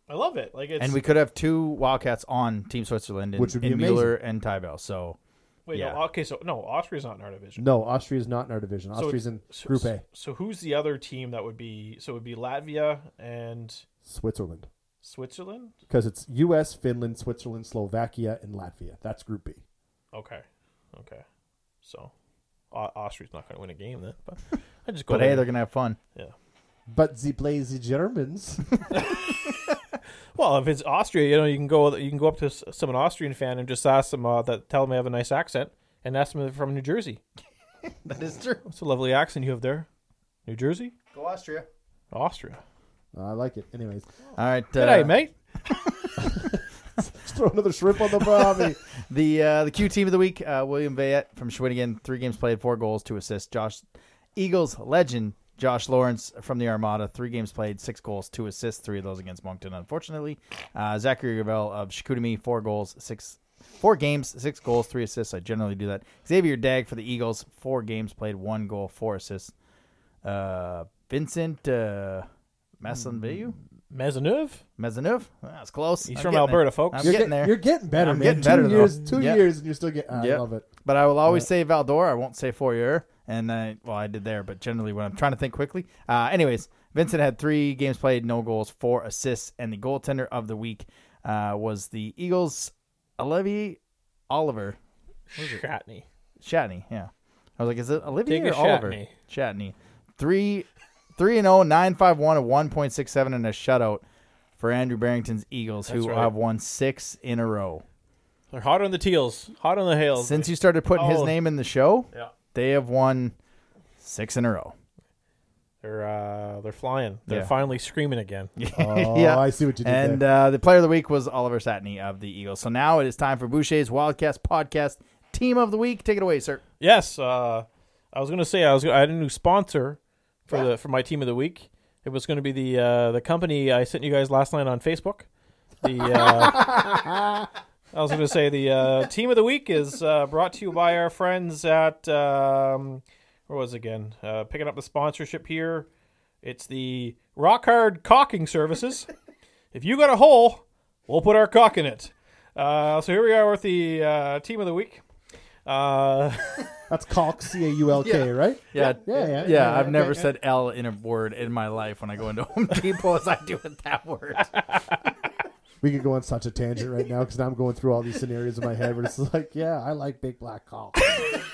Speaker 6: I love it. Like it's
Speaker 5: And we could have two Wildcats on Team Switzerland, in,
Speaker 7: Which would be
Speaker 5: in Mueller
Speaker 7: amazing.
Speaker 5: and Tybell. So
Speaker 6: wait,
Speaker 5: yeah.
Speaker 6: no, okay, so no, Austria's not in our division.
Speaker 7: no, Austria is not in our division.
Speaker 6: So
Speaker 7: Austria's in
Speaker 6: it's- so-
Speaker 7: Group
Speaker 6: so-
Speaker 7: A.
Speaker 6: So who's the other team that would be so it would be Latvia and
Speaker 7: Switzerland,
Speaker 6: Switzerland?
Speaker 7: because it's U.S., Finland, Switzerland, Slovakia, and Latvia. That's Group B.
Speaker 6: Okay. Okay. So Au- Austria's not going to win a game then, but I just go
Speaker 5: but hey,
Speaker 6: there.
Speaker 5: they're going to have fun.
Speaker 6: yeah.
Speaker 7: But they play the Germans.
Speaker 6: Well, if it's Austria, you know, you can go you can go up to s- some an Austrian fan and just ask them uh, that tell them they have a nice accent and ask them if they're from New Jersey.
Speaker 5: That is true.
Speaker 6: What's a lovely accent you have there? New Jersey?
Speaker 5: Go Austria.
Speaker 6: Austria.
Speaker 7: I like it. Anyways,
Speaker 5: All right.
Speaker 6: Good
Speaker 5: uh,
Speaker 6: day, mate.
Speaker 7: just throw another shrimp on the bobby.
Speaker 5: The uh, the Q team of the week, uh, William Vayette from Schwinnigan, three games played, four goals, two assists. Josh Eagles legend Josh Lawrence from the Armada, three games played, six goals, two assists, three of those against Moncton, unfortunately. Uh, Zachary Gravel of Chicoutimi, four goals, six four games, six goals, three assists. I generally do that. Xavier Dag for the Eagles, four games played, one goal, four assists. Uh, Vincent uh, Masson-Villieu?
Speaker 6: Mazeneuve?
Speaker 5: Mazeneuve? That's close.
Speaker 6: Hmm. He's
Speaker 5: I'm
Speaker 6: from
Speaker 5: getting
Speaker 6: Alberta,
Speaker 5: there.
Speaker 6: folks.
Speaker 5: I'm
Speaker 6: You're
Speaker 5: getting there.
Speaker 7: You're getting better,
Speaker 5: I'm
Speaker 7: man.
Speaker 5: getting better,
Speaker 7: two
Speaker 5: though.
Speaker 7: years, two
Speaker 5: Yeah.
Speaker 7: years, and you're still getting. I
Speaker 5: Yep.
Speaker 7: love it.
Speaker 5: But I will always say Valdor. I won't say Fourier. And I, well, I did there, but generally when I'm trying to think quickly. Uh, anyways, Vincent had three games played, no goals, four assists, and the goaltender of the week uh, was the Eagles' Olivier Oliver
Speaker 6: Shatney.
Speaker 5: Shatney. Yeah, I was like, is it Olivier
Speaker 6: Take a
Speaker 5: or Oliver
Speaker 6: Shatney.
Speaker 5: Shatney? Three, three and oh, nine five one, a one point six seven, and a shutout for Andrew Barrington's Eagles, who
Speaker 6: right.
Speaker 5: have won six in a row.
Speaker 6: They're hot on the teals, hot on the hails.
Speaker 5: Since you started putting his
Speaker 6: Oh.
Speaker 5: name in the show,
Speaker 6: Yeah.
Speaker 5: they have won six in a row.
Speaker 6: They're uh, they're flying. They're
Speaker 5: Yeah.
Speaker 6: finally screaming again.
Speaker 7: Oh, I see what you did
Speaker 5: And
Speaker 7: there.
Speaker 5: uh, the player of the week was Oliver Satney of the Eagles. So now it is time for Boucher's Wildcast podcast team of the week. Take it away, sir.
Speaker 6: Yes, uh, I was gonna say I was gonna, I had a new sponsor for the for my team of the week. It was gonna be the uh, the company I sent you guys last night on Facebook. The uh, I was gonna say the uh, team of the week is uh, brought to you by our friends at um, where was it again uh, picking up the sponsorship here. It's the Rock Hard Caulking Services. if you got a hole, we'll put our caulk in it. Uh, so here we are with the uh, team of the week. Uh,
Speaker 7: That's caulk, C A U L K, right?
Speaker 5: Yeah,
Speaker 7: yeah, yeah,
Speaker 5: yeah. I've
Speaker 7: okay,
Speaker 5: never
Speaker 7: yeah.
Speaker 5: said L in a word in my life when I go into Home Depot as I do with that word.
Speaker 7: We could go on such a tangent right now because I'm going through all these scenarios in my head where it's like, yeah, I like big black caulk. like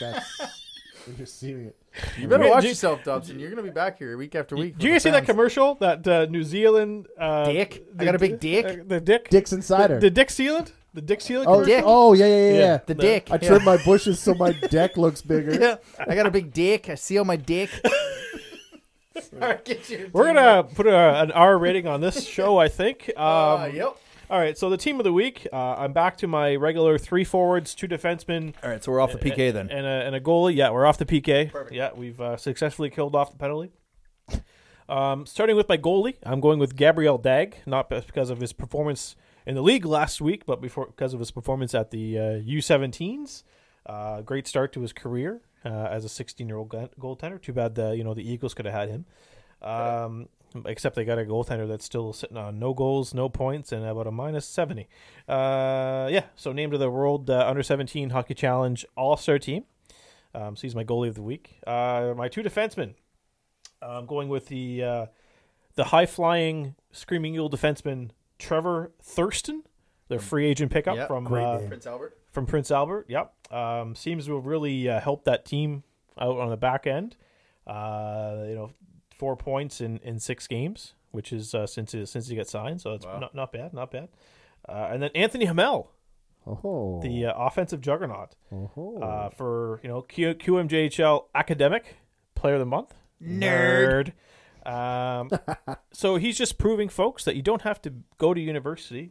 Speaker 7: that's when you're seeing it.
Speaker 5: You better
Speaker 6: Yeah,
Speaker 5: watch
Speaker 6: do-
Speaker 5: yourself, Dobson. You're going to be back here week after week.
Speaker 6: Do you guys see that commercial that uh, New Zealand uh,
Speaker 5: Dick? I got a big dick?
Speaker 6: uh, the dick,
Speaker 7: Dick's Insider.
Speaker 6: the, the Dick Sealant, the Dick Sealant.
Speaker 7: oh,
Speaker 5: dick.
Speaker 7: oh, yeah, yeah, yeah.
Speaker 6: Yeah,
Speaker 7: yeah.
Speaker 5: The dick.
Speaker 7: I trim my bushes so my deck looks bigger.
Speaker 5: Yeah. I got a big dick. I seal my dick. Get you.
Speaker 6: We're gonna put a, an R rating on this show, I think. Um,
Speaker 5: Uh, yep.
Speaker 6: All right, so the team of the week. Uh, I'm back to my regular three forwards, two defensemen,
Speaker 5: All right, so we're off the PK then.
Speaker 6: and a, and a goalie. Yeah, we're off the PK. Yeah, we've uh, successfully killed off the penalty. Um, starting with my goalie, I'm going with Gabriel Dag, not just because of his performance in the league last week, but before because of his performance at the uh, U17s. Uh, great start to his career uh, as a 16 year old goaltender. Too bad the you know the Eagles could have had him. Um, except they got a goaltender that's still sitting on no goals, no points, and about a minus 70. Uh, yeah, so named to the World uh, Under 17 Hockey Challenge All Star Team. Um, so he's my goalie of the week. Uh, my two defensemen. I'm going with the uh, the high flying screaming eagle defenseman Trevor Thurston, the free agent pickup
Speaker 5: Yep,
Speaker 6: from
Speaker 7: great
Speaker 6: uh,
Speaker 7: name.
Speaker 5: Mm. Prince Albert.
Speaker 6: from Prince Albert. Yep, um, seems to have really uh, helped that team out on the back end. Uh, you know, four points in, in six games, which is uh, since he, since he got signed, so it's not not bad, not bad. Uh, and then Anthony Hamel,
Speaker 7: Oh,
Speaker 6: the uh, offensive juggernaut
Speaker 7: oh.
Speaker 6: uh, for you know Q- QMJHL academic player of the month nerd. Um, so he's just proving folks that you don't have to go to university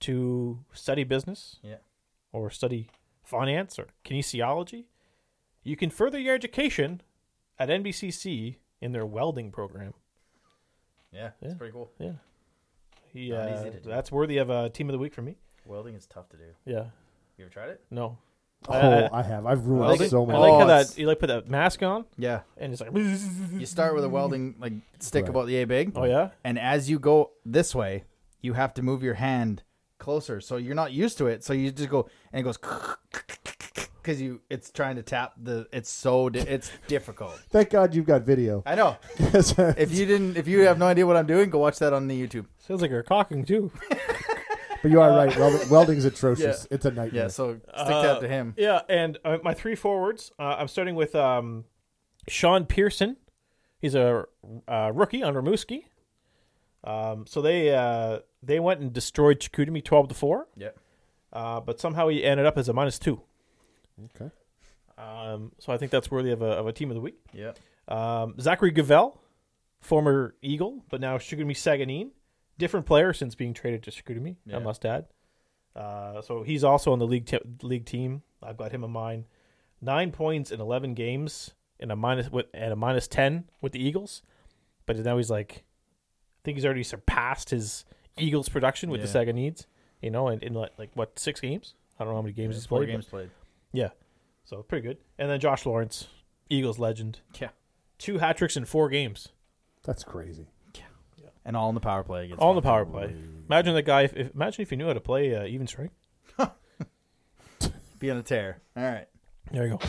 Speaker 6: to study business
Speaker 5: Yeah.
Speaker 6: or study finance or kinesiology. You can further your education at NBCC in their welding program.
Speaker 5: Yeah, it's pretty cool.
Speaker 6: Yeah. He,
Speaker 5: Not
Speaker 6: uh,
Speaker 5: Oh, easy to do.
Speaker 6: that's worthy of a team of the week for me.
Speaker 5: Welding is tough to do.
Speaker 6: Yeah.
Speaker 5: You ever tried it?
Speaker 6: No.
Speaker 7: oh, I have. I've ruined
Speaker 5: Welding-
Speaker 7: so
Speaker 6: I
Speaker 7: much.
Speaker 6: like
Speaker 5: Oh,
Speaker 6: how
Speaker 5: it's-
Speaker 6: that you like put that mask on
Speaker 5: Yeah.
Speaker 6: and it's like
Speaker 5: You start with a welding like stick
Speaker 7: Right.
Speaker 5: about the a big.
Speaker 6: Mm. Oh, yeah?
Speaker 5: And as you go this way, you have to move your hand closer, so you're not used to it. So you just go and it goes because you it's trying to tap the. It's so di- it's difficult.
Speaker 7: Thank God you've got video.
Speaker 5: I know.
Speaker 7: but
Speaker 5: If you didn't, if you have no idea what I'm doing, go watch that on the YouTube.
Speaker 6: Sounds like you're cocking too.
Speaker 7: you are right. Welding, welding's atrocious. It's a nightmare.
Speaker 5: uh, Yeah. So stick that to him.
Speaker 6: Yeah, and uh, my three forwards. Uh, I'm starting with um, Sean Pearson. He's a uh, rookie on Ramuski. Um, so they uh, they went and destroyed Chicoutimi 12 to four,
Speaker 5: Yeah.
Speaker 6: uh, but somehow he ended up as a minus two.
Speaker 7: Okay.
Speaker 6: Um, so I think that's worthy of a, of a team of the week.
Speaker 5: Yeah.
Speaker 6: Um, Zachary Gavell, former Eagle, but now Shigumi Saganine. Different player since being traded to Shigumi, I must add. Uh, so he's also on the league te- league team. I've got him in mine. Nine points in eleven games and a minus with and a minus ten with the Eagles. But now he's like I think he's already surpassed his Eagles production with the
Speaker 5: Yeah.
Speaker 6: Saga needs. You know, and in like, like what, six games? I don't know how many games he's
Speaker 5: Four
Speaker 6: played. but-
Speaker 5: games played.
Speaker 6: yeah. So pretty good. And then Josh Lawrence, Eagles legend
Speaker 5: Yeah.
Speaker 6: two hat tricks in four games,
Speaker 7: That's crazy.
Speaker 5: And all in the power play against.
Speaker 6: all on the power play. Imagine that guy. If, if- imagine if you knew how to play uh, even strength.
Speaker 5: Be on a tear. All right.
Speaker 6: There you go.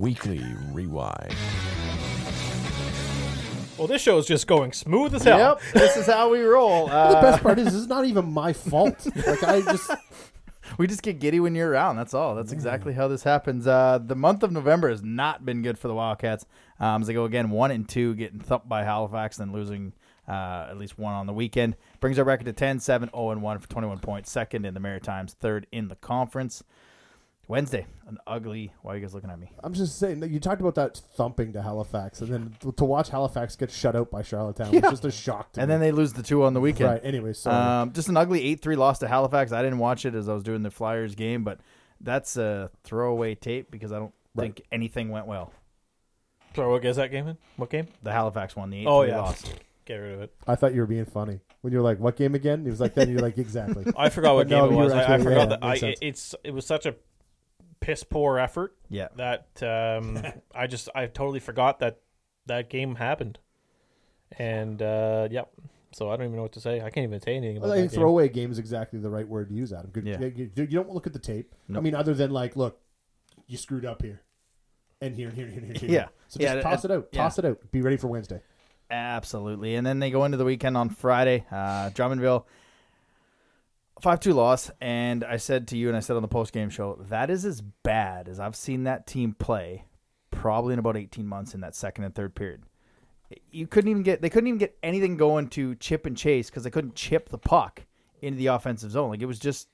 Speaker 8: Weekly Rewind.
Speaker 6: Well, this show is just going smooth as hell.
Speaker 5: Yep. this is how we roll. Uh,
Speaker 7: the best part is, this is not even my fault. like I just
Speaker 5: We just get giddy when you're around. That's all. That's exactly how this happens. Uh, the month of November has not been good for the Wildcats. Um, as they go again, one and two, getting thumped by Halifax, then losing uh, at least one on the weekend. Brings our record to 10, 7, 0, and 1 for 21 points. Second in the Maritimes, third in the conference. Wednesday, an ugly. Why are you guys looking at me?
Speaker 7: I'm just saying that you talked about that thumping to Halifax, and then to- to watch Halifax get shut out by Charlottetown was just a shock to
Speaker 5: And
Speaker 7: me.
Speaker 5: then they lose the two on the weekend.
Speaker 7: right. Anyway, so
Speaker 5: Um, just an ugly eight three loss to Halifax. I didn't watch it as I was doing the Flyers game, but that's a throwaway tape because I don't
Speaker 7: Right.
Speaker 5: think anything went well.
Speaker 6: Sorry, what is that game in? What game?
Speaker 5: The Halifax one, the eight three
Speaker 6: Oh, yeah.
Speaker 5: loss.
Speaker 6: Get rid of it.
Speaker 7: I thought you were being funny when you were like, "What game again?" He was like, "Then you're like, exactly."
Speaker 6: I forgot what
Speaker 7: But no,
Speaker 6: game it
Speaker 7: you were
Speaker 6: was. I, I
Speaker 7: actually-
Speaker 6: forgot
Speaker 7: yeah,
Speaker 6: that. I,
Speaker 7: makes sense.
Speaker 6: it's it was such a piss poor effort.
Speaker 5: Yeah.
Speaker 6: That um, I just I totally forgot that that game happened. And uh, yeah, so I don't even know what to say. I can't even say anything about
Speaker 7: Well, I
Speaker 6: that
Speaker 7: think
Speaker 6: game.
Speaker 7: throwaway game is exactly the right word to use, Adam. Good,
Speaker 5: Yeah.
Speaker 7: you, you- you don't look at the tape. I
Speaker 5: Nope.
Speaker 7: mean, other than like, look, you screwed up here, and here, and here, and here, and here.
Speaker 5: Yeah.
Speaker 7: So
Speaker 5: Yeah,
Speaker 7: just
Speaker 5: it-
Speaker 7: toss it, out.
Speaker 5: yeah.
Speaker 7: Toss it out. Be ready for Wednesday.
Speaker 5: Absolutely. And then they go into the weekend on Friday, uh, Drummondville. 5 2 loss. And I said to you, and I said on the post game show, that is as bad as I've seen that team play probably in about 18 months in that second and third period. You couldn't even get, they couldn't even get anything going to chip and chase because they couldn't chip the puck into the offensive zone. Like it was just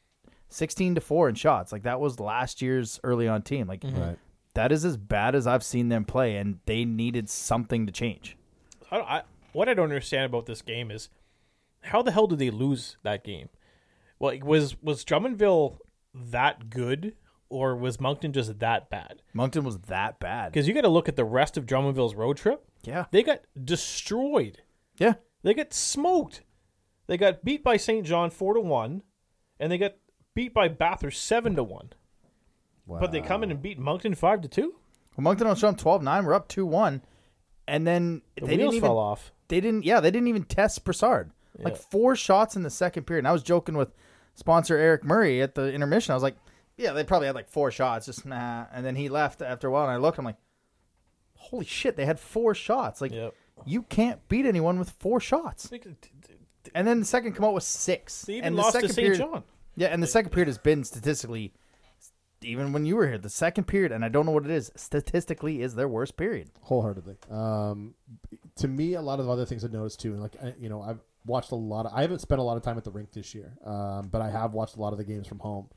Speaker 5: 16 to 4 in shots. Like that was last year's early on team. Like
Speaker 7: Right.
Speaker 5: that is as bad as I've seen them play. And they needed something to change.
Speaker 6: I, don't- I what I don't understand about this game is how the hell did they lose that game? Like was was Drummondville that good or was Moncton just that bad?
Speaker 5: Moncton was that bad.
Speaker 6: Because you got to look at the rest of Drummondville's road trip.
Speaker 5: Yeah.
Speaker 6: they got destroyed.
Speaker 5: Yeah.
Speaker 6: They got smoked. They got beat by St. John four to one, and they got beat by Bathurst seven to one. But they come in and beat Moncton five to two.
Speaker 5: Well, Moncton on Strom 12 9. We're up 2 1. And then
Speaker 6: The
Speaker 5: they
Speaker 6: wheels
Speaker 5: didn't even,
Speaker 6: fell off.
Speaker 5: They didn't, yeah, they didn't even test Broussard. Like four shots in the second period. And I was joking with sponsor Eric Murray at the intermission. I was like, yeah, they probably had like four shots. Just nah. And then he left after a while, and I looked. I'm like, holy shit, they had four shots. Like,
Speaker 6: Yep.
Speaker 5: you can't beat anyone with four shots. And then the second come out was six.
Speaker 6: They even
Speaker 5: and
Speaker 6: lost
Speaker 5: the
Speaker 6: to
Speaker 5: second
Speaker 6: St.
Speaker 5: period,
Speaker 6: John.
Speaker 5: Yeah, and the second period has been statistically, even when you were here, the second period, and I don't know what it is, statistically is their worst period.
Speaker 7: wholeheartedly. Um, to me, a lot of other things I've noticed too, and like I, you know, I've watched a lot. Of, I haven't spent a lot of time at the rink this year, um, but I have watched a lot of the games from home,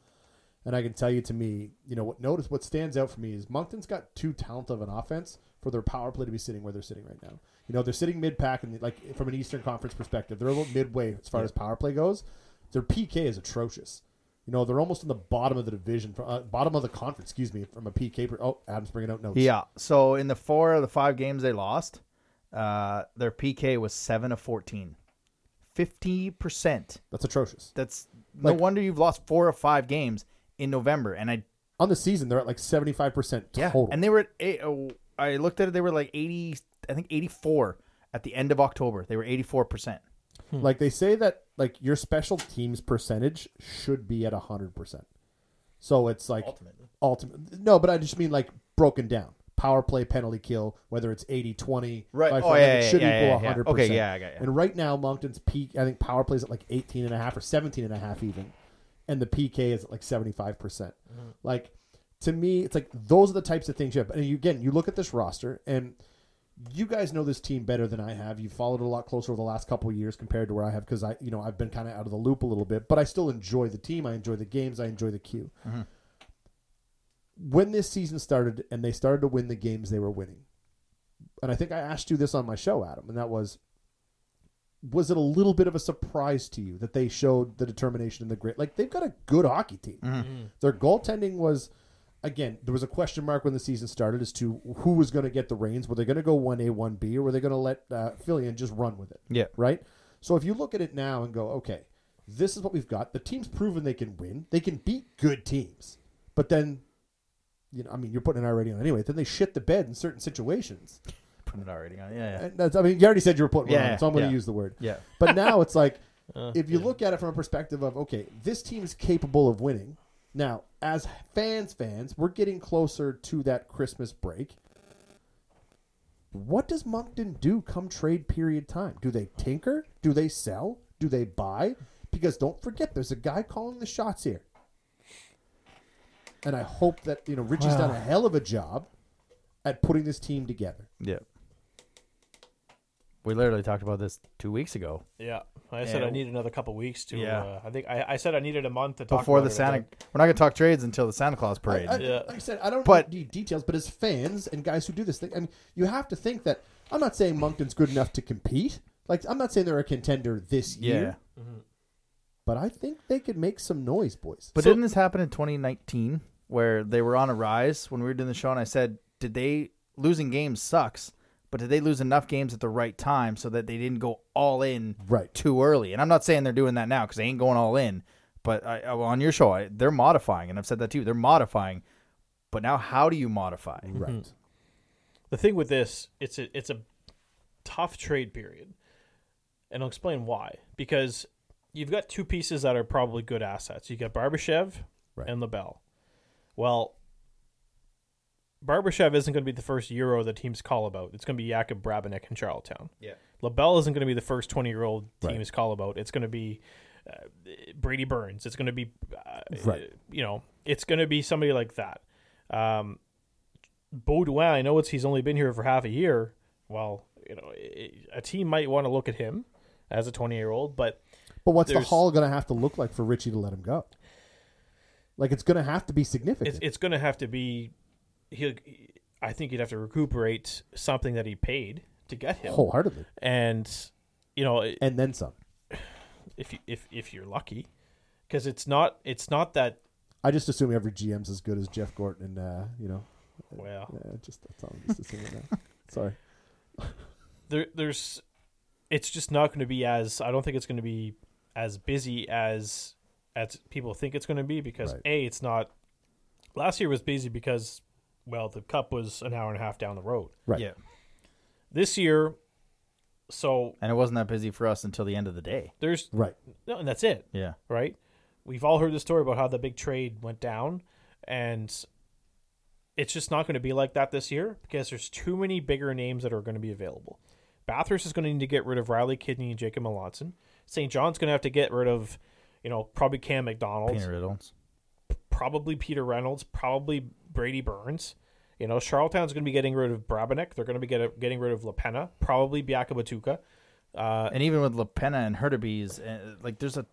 Speaker 7: and I can tell you, to me, you know, what notice what stands out for me is Moncton's got too talented of an offense for their power play to be sitting where they're sitting right now. You know, they're sitting mid pack, and like from an Eastern Conference perspective, they're a little midway as far as power play goes. Their PK is atrocious. You know, they're almost in the bottom of the division, uh, bottom of the conference. Excuse me, from a PK. Per- oh, Adam's bringing out notes.
Speaker 5: Yeah. So in the four of the five games they lost, uh, their PK was seven of 14. 50%.
Speaker 7: that's atrocious.
Speaker 5: That's no
Speaker 7: Like-
Speaker 5: wonder you've lost four or five games in November. And I,
Speaker 7: on the season they're at like 75%
Speaker 5: yeah.
Speaker 7: total
Speaker 5: And they were, at eight, oh, I looked at it, they were like 80, I think 84 at the end of October. They were 84%. Hmm.
Speaker 7: like they say that like your special teams percentage should be at 100% so it's like ultimately ultimate no but i just mean like broken down power play penalty kill whether it's 80 20
Speaker 5: Right.
Speaker 7: five,
Speaker 5: Oh,
Speaker 7: five,
Speaker 5: yeah,
Speaker 7: it
Speaker 5: yeah,
Speaker 7: should
Speaker 5: yeah,
Speaker 7: equal
Speaker 5: yeah, yeah.
Speaker 7: 100%
Speaker 5: Okay, yeah, I got you.
Speaker 7: and right now moncton's peak i think power plays at like 18 and a half or 17 and a half even and the pk is at like 75% percent
Speaker 5: Mm-hmm.
Speaker 7: like to me it's like those are the types of things you have and you, again you look at this roster and you guys know this team better than I have. You followed it a lot closer over the last couple of years compared to where I have because I, you know, I've been kind of out of the loop a little bit, but I still enjoy the team. I enjoy the games. I enjoy the queue. When this season started and they started to win the games they were winning, and I think I asked you this on my show, Adam, and that was, was it a little bit of a surprise to you that they showed the determination and the grit? Like they've got a good hockey team. Their goaltending was again, there was a question mark when the season started as to who was going to get the reins. Were they going to go 1A, 1B, or were they going to let uh, Fillion just run with it?
Speaker 5: Yeah.
Speaker 7: Right? So if you look at it now and go, okay, this is what we've got. The team's proven they can win, they can beat good teams. But then, you know, I mean, you're putting an already on anyway. Then they shit the bed in certain situations.
Speaker 5: Put it already on. Yeah. yeah.
Speaker 7: And that's, I mean, you already said you were putting one
Speaker 5: Yeah,
Speaker 7: on, so I'm going to
Speaker 5: yeah.
Speaker 7: use the word.
Speaker 5: Yeah. Uh,
Speaker 7: But now it's like, if you look at it from a perspective of, okay, this team is capable of winning. Now, as fans, fans, we're getting closer to that Christmas break. What does Moncton do come trade period time? Do they tinker? Do they sell? Do they buy? Because don't forget, there's a guy calling the shots here. And I hope that, you know, Richie's done a hell of a job at putting this team together.
Speaker 5: Yeah. We literally talked about this two weeks ago
Speaker 6: Yeah, I said
Speaker 5: Yeah.
Speaker 6: I need another couple weeks to.
Speaker 5: Yeah.
Speaker 6: Uh, I think I, I said I needed a month to talk
Speaker 5: before
Speaker 6: about it,
Speaker 5: the
Speaker 6: I
Speaker 5: Santa. Uh,
Speaker 6: think.
Speaker 5: We're not going to talk trades until the Santa Claus parade.
Speaker 7: I, I-
Speaker 6: Yeah.
Speaker 7: Like I said, I don't
Speaker 5: But-
Speaker 7: need details, but as fans and guys who do this thing, I mean, you have to think that I'm not saying Moncton's good enough to compete. Like I'm not saying they're a contender this year, but I think they could make some noise, boys.
Speaker 5: But didn't this happen in 2019 where they were on a rise when we were doing the show? And I said, did they losing games sucks, but did they lose enough games at the right time so that they didn't go all in
Speaker 7: Right.
Speaker 5: too early? And I'm not saying they're doing that now because they ain't going all in. But I, I- well, on your show, I, they're modifying, and I've said that too. They're modifying, but now how do you modify?
Speaker 7: right.
Speaker 5: Hmm.
Speaker 6: the thing with this it's a it's a tough trade period and i'll explain why because you've got two pieces that are probably good assets you got barbashev
Speaker 7: Right.
Speaker 6: and labelle well barbashev isn't going to be the first euro the teams call about it's going to be Jakub brabenek in charlottetown yeah labelle isn't going to be the first 20 year old teams call about it's going to be uh, brady burns it's going to be uh,
Speaker 7: Right.
Speaker 6: you know it's going to be somebody like that um, Baudouin, I know it's he's only been here for half a year. Well, you know, i- i- a team might want to look at him as a 20 year old, but
Speaker 7: But what's the
Speaker 6: There's-
Speaker 7: hall going to have to look like for Richie to let him go? Like it's going to have to be significant.
Speaker 6: it's it's going to have to be. He'll, I think he'd have to recuperate something that he paid to get him,
Speaker 7: wholeheartedly,
Speaker 6: and you know, i-
Speaker 7: and then some.
Speaker 6: if you, if if you're lucky, because it's not it's not that
Speaker 7: I just assume every GM's as good as Jeff Gordon, and uh, you know,
Speaker 6: well.
Speaker 7: uh, just that's all I'm just assuming now. Sorry.
Speaker 6: there there's it's just not going to be as I don't think it's going to be as busy as as people think it's going to be because
Speaker 7: Right.
Speaker 6: a it's not last year was busy because well the cup was an hour and a half down the road
Speaker 7: Right.
Speaker 5: Yeah,
Speaker 6: this year so
Speaker 5: and it wasn't that busy for us until the end of the day.
Speaker 6: there's
Speaker 7: Right.
Speaker 6: no and that's it
Speaker 5: Yeah,
Speaker 6: right we've all heard the story about how the big trade went down and it's just not going to be like that this year because there's too many bigger names that are going to be available. Bathurst is going to need to get rid of Riley Kidney and Jacob Melanson. St. John's going to have to get rid of, you know, probably Cam McDonald,
Speaker 5: Peter Reynolds.
Speaker 6: probably Peter Reynolds, probably Brady Burns. You know, Charlottetown's going to be getting rid of Brabenek. They're going to be get, getting rid of LaPena, probably Biakabatuka. uh,
Speaker 5: and even with LaPena and Herdebees, uh, like there's a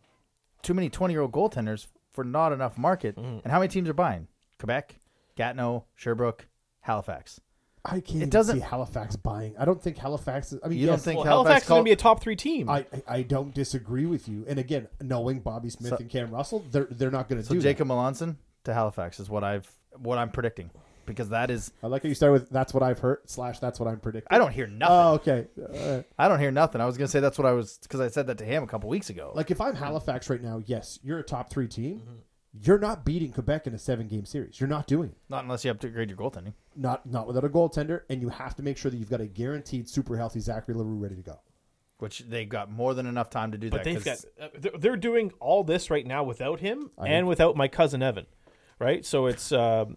Speaker 5: too many 20 year old goaltenders for not enough market.
Speaker 6: Mm-hmm.
Speaker 5: And how many teams are buying? Quebec, Gatineau, Sherbrooke, Halifax.
Speaker 7: I can't. even
Speaker 5: doesn't-
Speaker 7: see Halifax buying. I don't think Halifax. Is, I mean,
Speaker 5: You don't
Speaker 7: yes,
Speaker 5: think
Speaker 6: Well,
Speaker 5: Halifax
Speaker 6: Halifax is going
Speaker 5: called-
Speaker 6: to be a top three team.
Speaker 7: I, I- I don't disagree with you. And again, knowing Bobby Smith and Cam Russell, they're they're not going to
Speaker 5: So
Speaker 7: do.
Speaker 5: Jacob Melanson to Halifax is what I've what I'm predicting because that is
Speaker 7: that. I like how you start with "That's what I've heard" slash "That's what I'm predicting."
Speaker 5: I don't
Speaker 6: Uh,
Speaker 5: hear nothing.
Speaker 7: Oh, okay. All right.
Speaker 5: I don't hear nothing. I was gonna say that's what I was because I said that to him a couple weeks ago.
Speaker 7: Like if I'm Halifax right now, yes, you're a top three team.
Speaker 5: Mm-hmm.
Speaker 7: You're not beating Quebec in a seven game series. You're not doing it.
Speaker 5: not unless you upgrade your goaltending.
Speaker 7: Not not without a goaltender, and you have to make sure that you've got a guaranteed super healthy Zachary Larue ready to go.
Speaker 5: which they got more than enough time to do
Speaker 6: But
Speaker 5: that.
Speaker 6: they've got
Speaker 5: 'cause
Speaker 6: uh, they're- they're doing all this right now without him and without my cousin Evan, right? So it's um,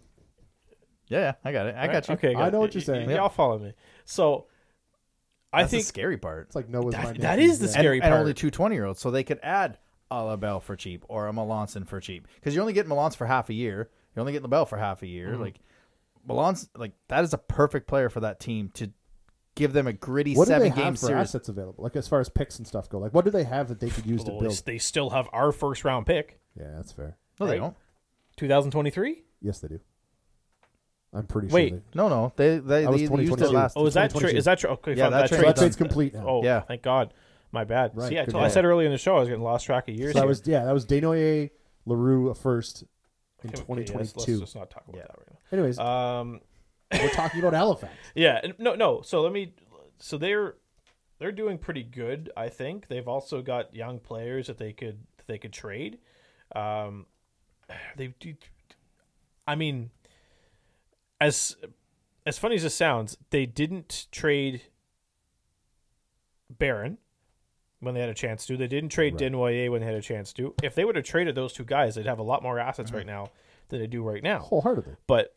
Speaker 5: yeah, yeah, I got it. I got you.
Speaker 6: okay.
Speaker 7: I know
Speaker 6: it.
Speaker 7: what you're
Speaker 6: Y- y-
Speaker 7: saying.
Speaker 6: y- Y'all follow me. So I
Speaker 5: That's the
Speaker 6: think
Speaker 5: scary part.
Speaker 7: It's like Noah's
Speaker 6: that-
Speaker 7: my
Speaker 6: that
Speaker 7: nephew.
Speaker 6: is the
Speaker 7: Yeah.
Speaker 5: and,
Speaker 6: scary
Speaker 5: and
Speaker 6: part.
Speaker 5: only two 20 year olds, so they could add a Labelle for cheap or a Melanson for cheap because you only get Melanson for half a year. You only get Labelle for half a
Speaker 6: Mm-hmm.
Speaker 5: year. Like Melanson, like that is a perfect player for that team to give them a gritty
Speaker 7: What do they
Speaker 5: seven
Speaker 7: have
Speaker 5: game
Speaker 7: for
Speaker 5: series.
Speaker 7: assets available? Like as far as picks and stuff go, like what do they have that they could use to
Speaker 6: Well,
Speaker 7: build?
Speaker 6: they still have our first round pick,
Speaker 7: Yeah, that's fair.
Speaker 5: No, they
Speaker 6: right?
Speaker 5: don't.
Speaker 6: 2023.
Speaker 7: Yes, they do. I'm pretty
Speaker 6: Wait.
Speaker 7: sure. They,
Speaker 5: No, no, they they,
Speaker 7: That was
Speaker 5: they used it
Speaker 7: 2022.
Speaker 5: last.
Speaker 6: Oh, is that tra-
Speaker 7: 2022.
Speaker 6: is that tra- okay?
Speaker 5: Yeah,
Speaker 6: fine,
Speaker 5: that
Speaker 6: that
Speaker 5: trade- Trade's
Speaker 7: so that
Speaker 6: trade's
Speaker 7: trade's
Speaker 6: done.
Speaker 7: complete now.
Speaker 6: Oh,
Speaker 5: Yeah.
Speaker 6: thank God. My bad.
Speaker 7: Right,
Speaker 6: See, I,
Speaker 7: good
Speaker 6: told, I
Speaker 7: call.
Speaker 6: said earlier in the show I was getting lost track of years.
Speaker 7: So that
Speaker 6: here.
Speaker 7: was yeah, that was Desnoyer, Larue a first in
Speaker 6: Okay, okay, yes,
Speaker 7: 2022.
Speaker 6: Let's just not talk about that right now.
Speaker 7: Anyways,
Speaker 6: Um,
Speaker 7: we're talking about Halifax.
Speaker 6: Yeah, and- no, no. So let me. So they're they're doing pretty good. I think they've also got young players that they could that they could trade. Um, they do. I mean, as as funny as it sounds, they didn't trade Barron when they had a chance to. They didn't trade Denoyer when they had a chance to. If they would have traded those two guys, they'd have a lot more assets right now than they do right now
Speaker 7: Wholeheartedly.
Speaker 6: but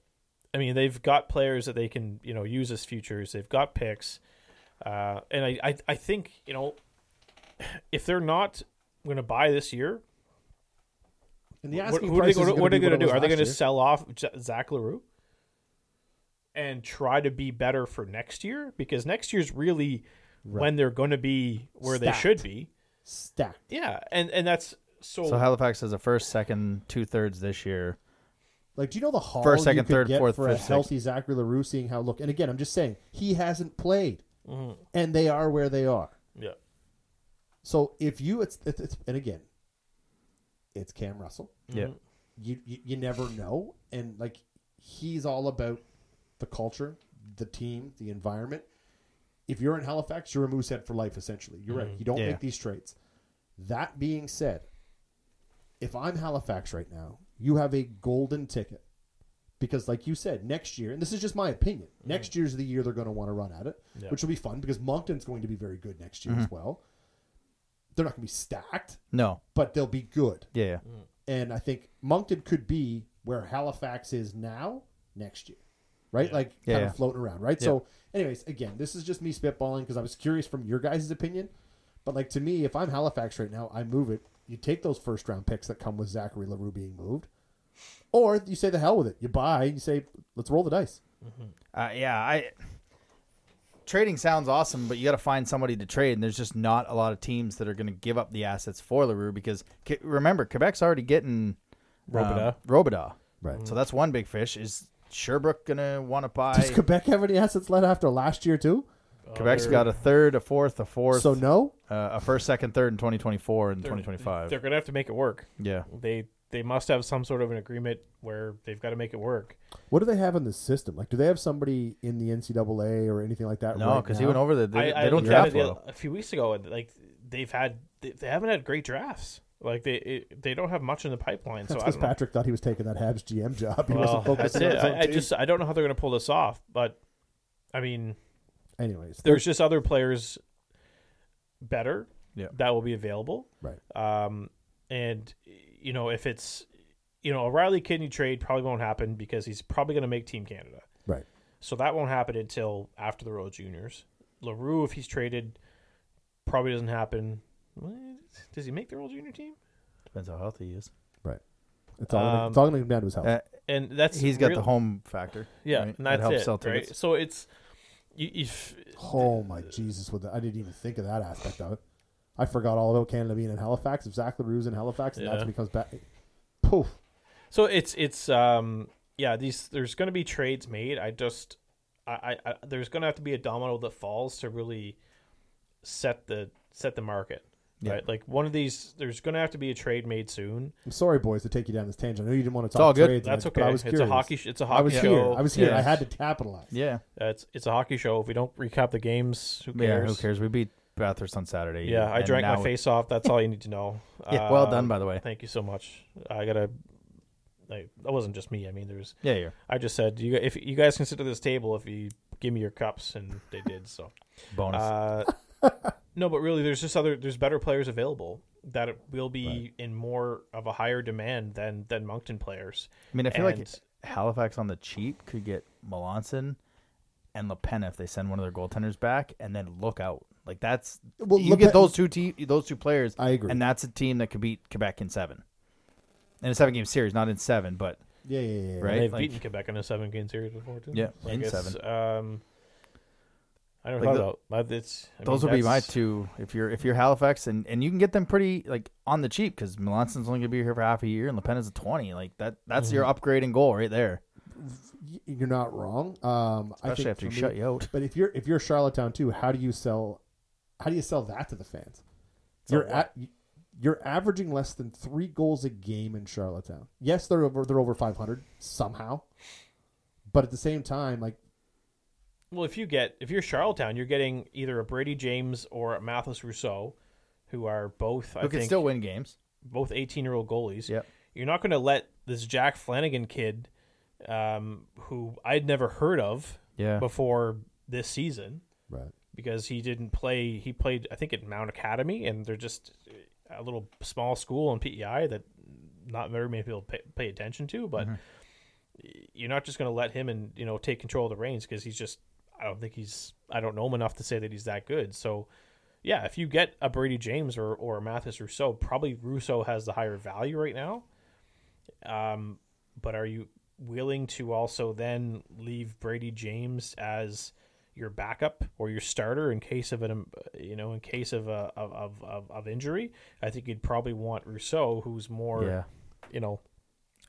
Speaker 6: I mean, they've got players that they can you know use as futures. They've got picks, uh, and I, I I think you know if they're not going to buy this year,
Speaker 7: And the
Speaker 6: what,
Speaker 7: asking
Speaker 6: who are they
Speaker 7: price
Speaker 6: gonna,
Speaker 7: isn't
Speaker 6: what are they
Speaker 7: be
Speaker 6: going
Speaker 7: it
Speaker 6: to do?
Speaker 7: was
Speaker 6: Are they going
Speaker 7: last
Speaker 6: to
Speaker 7: year.
Speaker 6: sell off J- Zach Larue and try to be better for next year? Because next year's really when they're going to be where they should
Speaker 7: Stacked.
Speaker 6: be.
Speaker 7: stacked?
Speaker 6: Yeah, and and that's so.
Speaker 5: So Halifax has a first, second, two thirds this year.
Speaker 7: Like, do you know the haul
Speaker 5: First, second,
Speaker 7: you could
Speaker 5: third,
Speaker 7: get
Speaker 5: fourth,
Speaker 7: for a
Speaker 5: fifth, sixth.
Speaker 7: healthy Zachary Larue? Seeing how look, and again, I'm just saying he hasn't played,
Speaker 6: Mm-hmm.
Speaker 7: and they are where they are.
Speaker 6: yeah,
Speaker 7: So if you, it's, it's, it's and again, it's Cam Russell.
Speaker 5: Yeah,
Speaker 7: you, you you never know and like he's all about the culture the team the environment if you're in halifax you're a moosehead for life essentially you're right you don't
Speaker 5: Yeah.
Speaker 7: make these trades that being said if i'm halifax right now you have a golden ticket because like you said next year and this is just my opinion next year's the year they're going to want to run at it which will be fun because moncton's going to be very good next year as well they're not going to be stacked
Speaker 5: no,
Speaker 7: but they'll be good
Speaker 5: yeah,
Speaker 6: Mm.
Speaker 5: yeah.
Speaker 7: and I think Moncton could be where Halifax is now next year, right? Like
Speaker 5: Yeah,
Speaker 7: kind
Speaker 5: yeah.
Speaker 7: of floating around, right? So, anyways, again, this is just me spitballing because I was curious from your guys' opinion, but like to me, if I'm Halifax right now, I move it. You take those first round picks that come with Zachary Larue being moved, or you say the hell with it. You buy. You say let's roll the dice.
Speaker 5: Uh, yeah, I trading sounds awesome, but you got to find somebody to trade, and there's just not a lot of teams that are going to give up the assets for Larue because Ke- remember Quebec's already getting um,
Speaker 6: Robideau.
Speaker 5: Robideau,
Speaker 7: Right.
Speaker 5: So that's one big fish. Is Sherbrooke going to want to buy?
Speaker 7: Does Quebec have any assets left after last year too?
Speaker 5: Quebec's got a third, a fourth, a fourth,
Speaker 7: So no.
Speaker 5: uh, a first, second, third in 2024 and 2025.
Speaker 6: they're going to have to make it work.
Speaker 5: yeah,
Speaker 6: They they must have some sort of an agreement where they've got to make it work.
Speaker 7: What do they have in the system? Like, do they have somebody in the NCAA or anything like that?
Speaker 5: no,
Speaker 7: because
Speaker 5: because he went over there. They,
Speaker 6: I,
Speaker 5: they
Speaker 6: I
Speaker 5: don't
Speaker 6: looked at
Speaker 5: draft
Speaker 6: it the-
Speaker 5: well.
Speaker 6: a few weeks ago, and like they've had, they, they haven't had great drafts. Like they it, they don't have much in the pipeline. So I
Speaker 7: Because
Speaker 6: don't know.
Speaker 7: Patrick thought he was taking that Habs GM job. He
Speaker 6: Well,
Speaker 7: wasn't
Speaker 6: that's
Speaker 7: focusing
Speaker 6: it.
Speaker 7: on his own
Speaker 6: I, I
Speaker 7: team.
Speaker 6: just I don't know how they're going to pull this off. But I mean,
Speaker 7: Anyways,
Speaker 6: there's just other players better
Speaker 5: Yeah.
Speaker 6: that will be available.
Speaker 7: right.
Speaker 6: Um, and you know if it's you know, O'Reilly kidney trade probably won't happen because he's probably going to make Team Canada.
Speaker 7: Right.
Speaker 6: So that won't happen until after the World Juniors. LaRue, if he's traded, probably doesn't happen. Well, Does he make the World Junior team?
Speaker 5: Depends how healthy he is.
Speaker 7: Right. It's all gonna- it's all going to come down to his health.
Speaker 5: Uh,
Speaker 6: And that's
Speaker 5: He's got
Speaker 6: real-
Speaker 5: the home factor.
Speaker 6: Yeah,
Speaker 5: right?
Speaker 6: and that's
Speaker 5: helps
Speaker 6: it.
Speaker 5: sell
Speaker 6: right?
Speaker 5: tickets.
Speaker 6: So it's you, if
Speaker 7: oh my Jesus! With the, I didn't even think of that aspect of it. I forgot all about Canada being in Halifax. If Zach Larue's in Halifax, and that's
Speaker 6: Yeah.
Speaker 7: when he comes back. Poof.
Speaker 6: so it's it's um yeah these there's going to be trades made. I just I, I, I there's going to have to be a domino that falls to really set the set the market. Right, like one of these, there's going to have to be a trade made soon.
Speaker 7: I'm sorry, boys, to take you down this tangent. I know you didn't want to
Speaker 5: all
Speaker 7: talk
Speaker 5: good.
Speaker 7: trades.
Speaker 6: That's
Speaker 7: I-
Speaker 6: okay.
Speaker 7: But I was
Speaker 6: it's
Speaker 7: curious.
Speaker 6: a hockey. Sh- it's a hockey
Speaker 7: I was
Speaker 6: show.
Speaker 7: here. I was here.
Speaker 5: Yeah.
Speaker 7: I had to capitalize.
Speaker 5: Yeah.
Speaker 6: Uh, it's it's a hockey show. If we don't recap the games, who
Speaker 5: Yeah,
Speaker 6: cares?
Speaker 5: who cares? We beat Bathurst on Saturday.
Speaker 6: Yeah, I
Speaker 5: and
Speaker 6: drank my
Speaker 5: now-
Speaker 6: face off. That's all you need to know. Uh,
Speaker 5: Yeah, well done, by the way.
Speaker 6: Thank you so much. I gotta. I, that wasn't just me. I mean, there's.
Speaker 5: Yeah, yeah.
Speaker 6: I just said you. If you guys consider this table, if you give me your cups, and they did so.
Speaker 5: Bonus.
Speaker 6: Uh, no, but really, there's just other. There's better players available that it will be in more of a higher demand than than Moncton players.
Speaker 5: I mean, I feel like
Speaker 6: and-
Speaker 5: Halifax on the cheap could get Melanson and LePen if they send one of their goaltenders back, and then look out. Like that's
Speaker 7: Well,
Speaker 5: you get
Speaker 7: LePen-
Speaker 5: those two te- those two players.
Speaker 7: I agree.
Speaker 5: and that's a team that could beat Quebec in seven, in a seven game series, not in seven, but
Speaker 7: Yeah, yeah, yeah. yeah.
Speaker 5: right.
Speaker 6: They've
Speaker 5: Like,
Speaker 6: beaten Quebec in a seven game series before too.
Speaker 5: Yeah,
Speaker 6: So I
Speaker 5: in
Speaker 6: guess,
Speaker 5: seven.
Speaker 6: Um, I don't
Speaker 5: Like the-
Speaker 6: know about it's, I
Speaker 5: those
Speaker 6: mean,
Speaker 5: will be my
Speaker 6: that's-
Speaker 5: two. If you're if you're Halifax and and you can get them pretty like on the cheap because Melanson's only gonna be here for half a year and LePen is a twenty. Like that
Speaker 6: Mm-hmm.
Speaker 5: that's your upgrade and goal right there.
Speaker 7: Y- You're not wrong. Um, I
Speaker 5: Especially
Speaker 7: think
Speaker 5: after
Speaker 7: for
Speaker 5: he shut you out.
Speaker 7: But if you're if you're Charlottetown too, how do you sell? How do you sell that to the fans? you're at you're averaging less than three goals a game in Charlottetown. Yes, they're over they're over 500 somehow, but at the same time, like
Speaker 6: Well, if you get if you're Charlottetown, you're getting either a Brady James or a Mathis Rousseau, who are both I
Speaker 5: Who can
Speaker 6: think
Speaker 5: still win games?
Speaker 6: both 18 year old goalies.
Speaker 5: Yep.
Speaker 6: You're not going to let this Jack Flanagan kid, um, who I'd never heard of
Speaker 5: Yeah.
Speaker 6: before this season,
Speaker 7: right.
Speaker 6: because he didn't play. He played, I think, at Mount Academy, and they're just a little small school in PEI that not very many people pay, pay attention to. But you're not just going to let him and you know take control of the reins because he's just. I don't think he's. I don't know him enough to say that he's that good. So, yeah, if you get a Brady James or or a Mathis Rousseau, probably Rousseau has the higher value right now. Um, but are you willing to also then leave Brady James as your backup or your starter in case of an um, you know in case of a of of, of, of injury? I think you'd probably want Rousseau, who's more
Speaker 5: Yeah.
Speaker 6: you know.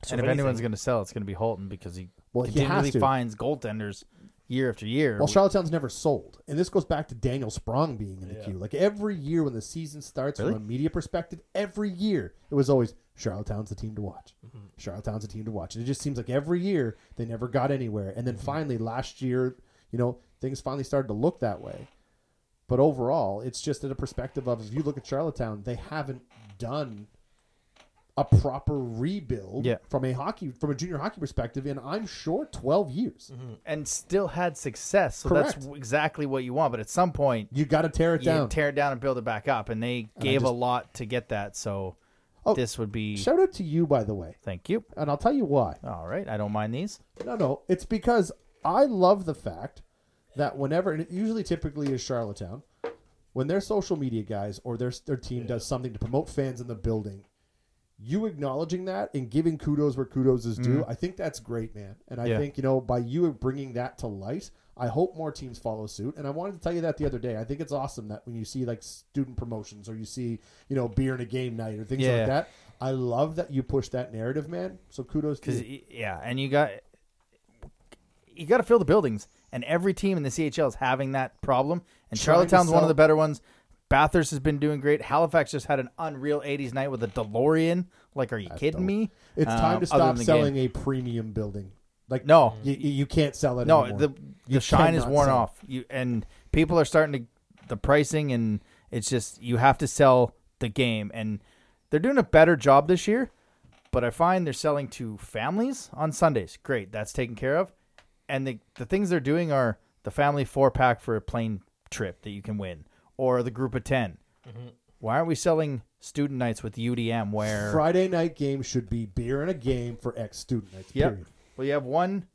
Speaker 6: so
Speaker 5: and if
Speaker 6: anything-
Speaker 5: anyone's going to sell, it's going to be Holton because he
Speaker 7: Well, he has
Speaker 5: continually
Speaker 7: to.
Speaker 5: finds goaltenders year after year.
Speaker 7: Well, Charlottetown's never sold, and this goes back to Daniel Sprong being in the queue. Like every year when the season starts, from a media perspective, every year it was always Charlottetown's the team to watch. Charlottetown's the team to watch, and it just seems like every year they never got anywhere. And then finally last year, you know, things finally started to look that way. But overall, it's just at a perspective of if you look at Charlottetown, they haven't done a proper rebuild
Speaker 5: Yeah.
Speaker 7: from a hockey from a junior hockey perspective in I'm sure 12 years.
Speaker 5: and still had success. So that's
Speaker 7: Correct.
Speaker 5: w- exactly what you want. But at some point,
Speaker 7: You got to tear it
Speaker 5: you
Speaker 7: down.
Speaker 5: tear it down and build it back up. And they gave a
Speaker 7: just-
Speaker 5: lot to get that. So
Speaker 7: Oh,
Speaker 5: this would be.
Speaker 7: Shout out to you, by the way.
Speaker 5: thank you.
Speaker 7: And I'll tell you why.
Speaker 5: All right. I don't mind these.
Speaker 7: No, no. It's because I love the fact that whenever, and it usually typically is Charlottetown, when their social media guys or their, their team does something to promote fans in the building, you acknowledging that and giving kudos where kudos is due, I think that's great, man. And I
Speaker 5: Mm. Yeah.
Speaker 7: think, you know, by you bringing that to light, I hope more teams follow suit. And I wanted to tell you that the other day. I think it's awesome that when you see like student promotions or you see, you know, beer and a game night or things
Speaker 5: Yeah.
Speaker 7: like that, I love that you push that narrative, man. So kudos to
Speaker 5: Because,
Speaker 7: you.
Speaker 5: yeah. And you got. You got to fill the buildings. And every team in the CHL is having that problem. And
Speaker 7: Trying to
Speaker 5: Charlottetown's one
Speaker 7: sell-
Speaker 5: of the better ones. Bathurst has been doing great. Halifax just had an unreal 80s night with a DeLorean. Like, are you kidding me?
Speaker 7: It's
Speaker 5: Um,
Speaker 7: time to
Speaker 5: other than
Speaker 7: stop
Speaker 5: the game.
Speaker 7: selling a premium building. Like
Speaker 5: No.
Speaker 7: you, you you can't sell it.
Speaker 5: No,
Speaker 7: anymore.
Speaker 5: the
Speaker 7: You
Speaker 5: the shine is
Speaker 7: cannot
Speaker 5: worn
Speaker 7: sell it.
Speaker 5: off. You and people are starting to the pricing and it's just you have to sell the game and they're doing a better job this year, but I find they're selling to families on Sundays. Great, that's taken care of. And the the things they're doing are the family four pack for a plane trip that you can win or the group of 10 Why aren't we selling student nights with UDM where
Speaker 7: Friday night game should be beer and a game for ex student nights.
Speaker 5: Yep.
Speaker 7: Period.
Speaker 5: Well, you have one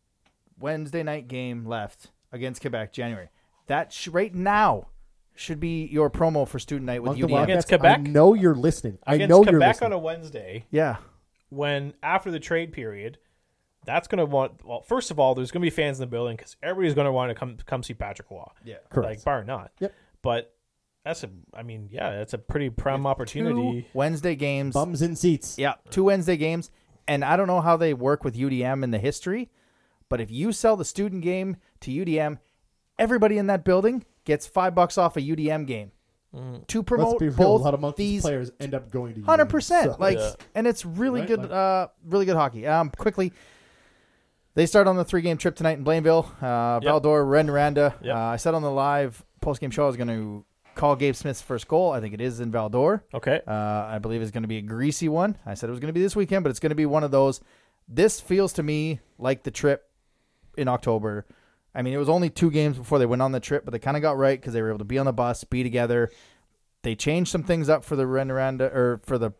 Speaker 5: Wednesday night game left against Quebec, January. That sh- right now should be your promo for student night with
Speaker 7: Uncle
Speaker 5: UDM.
Speaker 7: Wildcats,
Speaker 6: Quebec?
Speaker 7: I know you're listening. I
Speaker 6: Against
Speaker 7: know you're
Speaker 6: Quebec
Speaker 7: listening.
Speaker 6: on a Wednesday
Speaker 5: Yeah,
Speaker 6: when after the trade period, that's going to want. Well, first of all, there's going to be fans in the building because everybody's going to want to come come see Patrick Law. Yeah,
Speaker 7: Correct.
Speaker 6: Like bar not.
Speaker 7: Yep.
Speaker 6: But that's a. I mean, yeah, that's a pretty prime opportunity.
Speaker 5: two Wednesday games.
Speaker 7: Bums in seats.
Speaker 5: Yeah, two Wednesday games, and I don't know how they work with UDM in the history, but if you sell the student game to UDM, everybody in that building gets five bucks off a UDM game to
Speaker 7: Let's
Speaker 5: promote
Speaker 7: Mm. be real. A
Speaker 5: both
Speaker 7: lot of monkeys
Speaker 5: these
Speaker 7: players end up going to you.
Speaker 5: hundred percent.
Speaker 7: So-
Speaker 5: Like, and it's really
Speaker 7: Right,
Speaker 5: good,
Speaker 7: like-
Speaker 5: uh, really good hockey. Um, quickly, they start on the three-game trip tonight in Blainville. Uh, Valdor, Ren, Randa.
Speaker 6: Yep.
Speaker 5: Uh, I said on the live post-game show I was going to call Gabe Smith's first goal. I think it is in Valdor.
Speaker 6: Okay.
Speaker 5: Uh, I believe it's going to be a greasy one. I said it was going to be this weekend, but it's going to be one of those. This feels to me like the trip in October. I mean, it was only two games before they went on the trip, but they kind of got right because they were able to be on the bus, be together. They changed some things up for the Renaranda or for the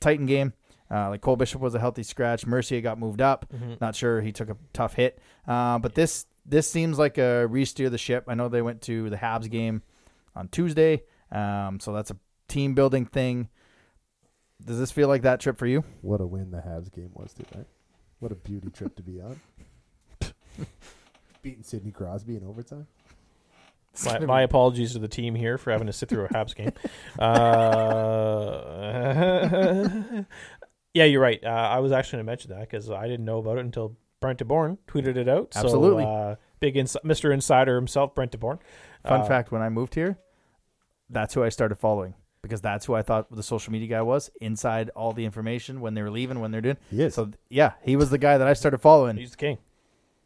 Speaker 5: Titan game. Uh, like Cole Bishop was a healthy scratch. Mercia got moved up. Not sure he took a tough hit. Uh, but this this seems like a re-steer the ship. I know they went to the Habs game on Tuesday, um, so that's a team building thing. Does this feel like that trip for you?
Speaker 7: What a win the Habs game was tonight. What a beauty trip to be on. Beating Sidney Crosby in overtime.
Speaker 6: my, my apologies to the team here for having to sit through a Habs game. Uh, yeah, you're right. Uh, I was actually going to mention that because I didn't know about it until Brent DeBorn tweeted it out. So,
Speaker 5: Absolutely.
Speaker 6: uh, big ins- Mr. Insider himself, Brent DeBorn. Uh,
Speaker 5: Fun fact: When I moved here, that's who I started following because that's who I thought the social media guy was. Inside all the information when they were leaving, when they're doing.
Speaker 7: He is.
Speaker 5: So yeah, he was the guy that I started following.
Speaker 6: He's the king.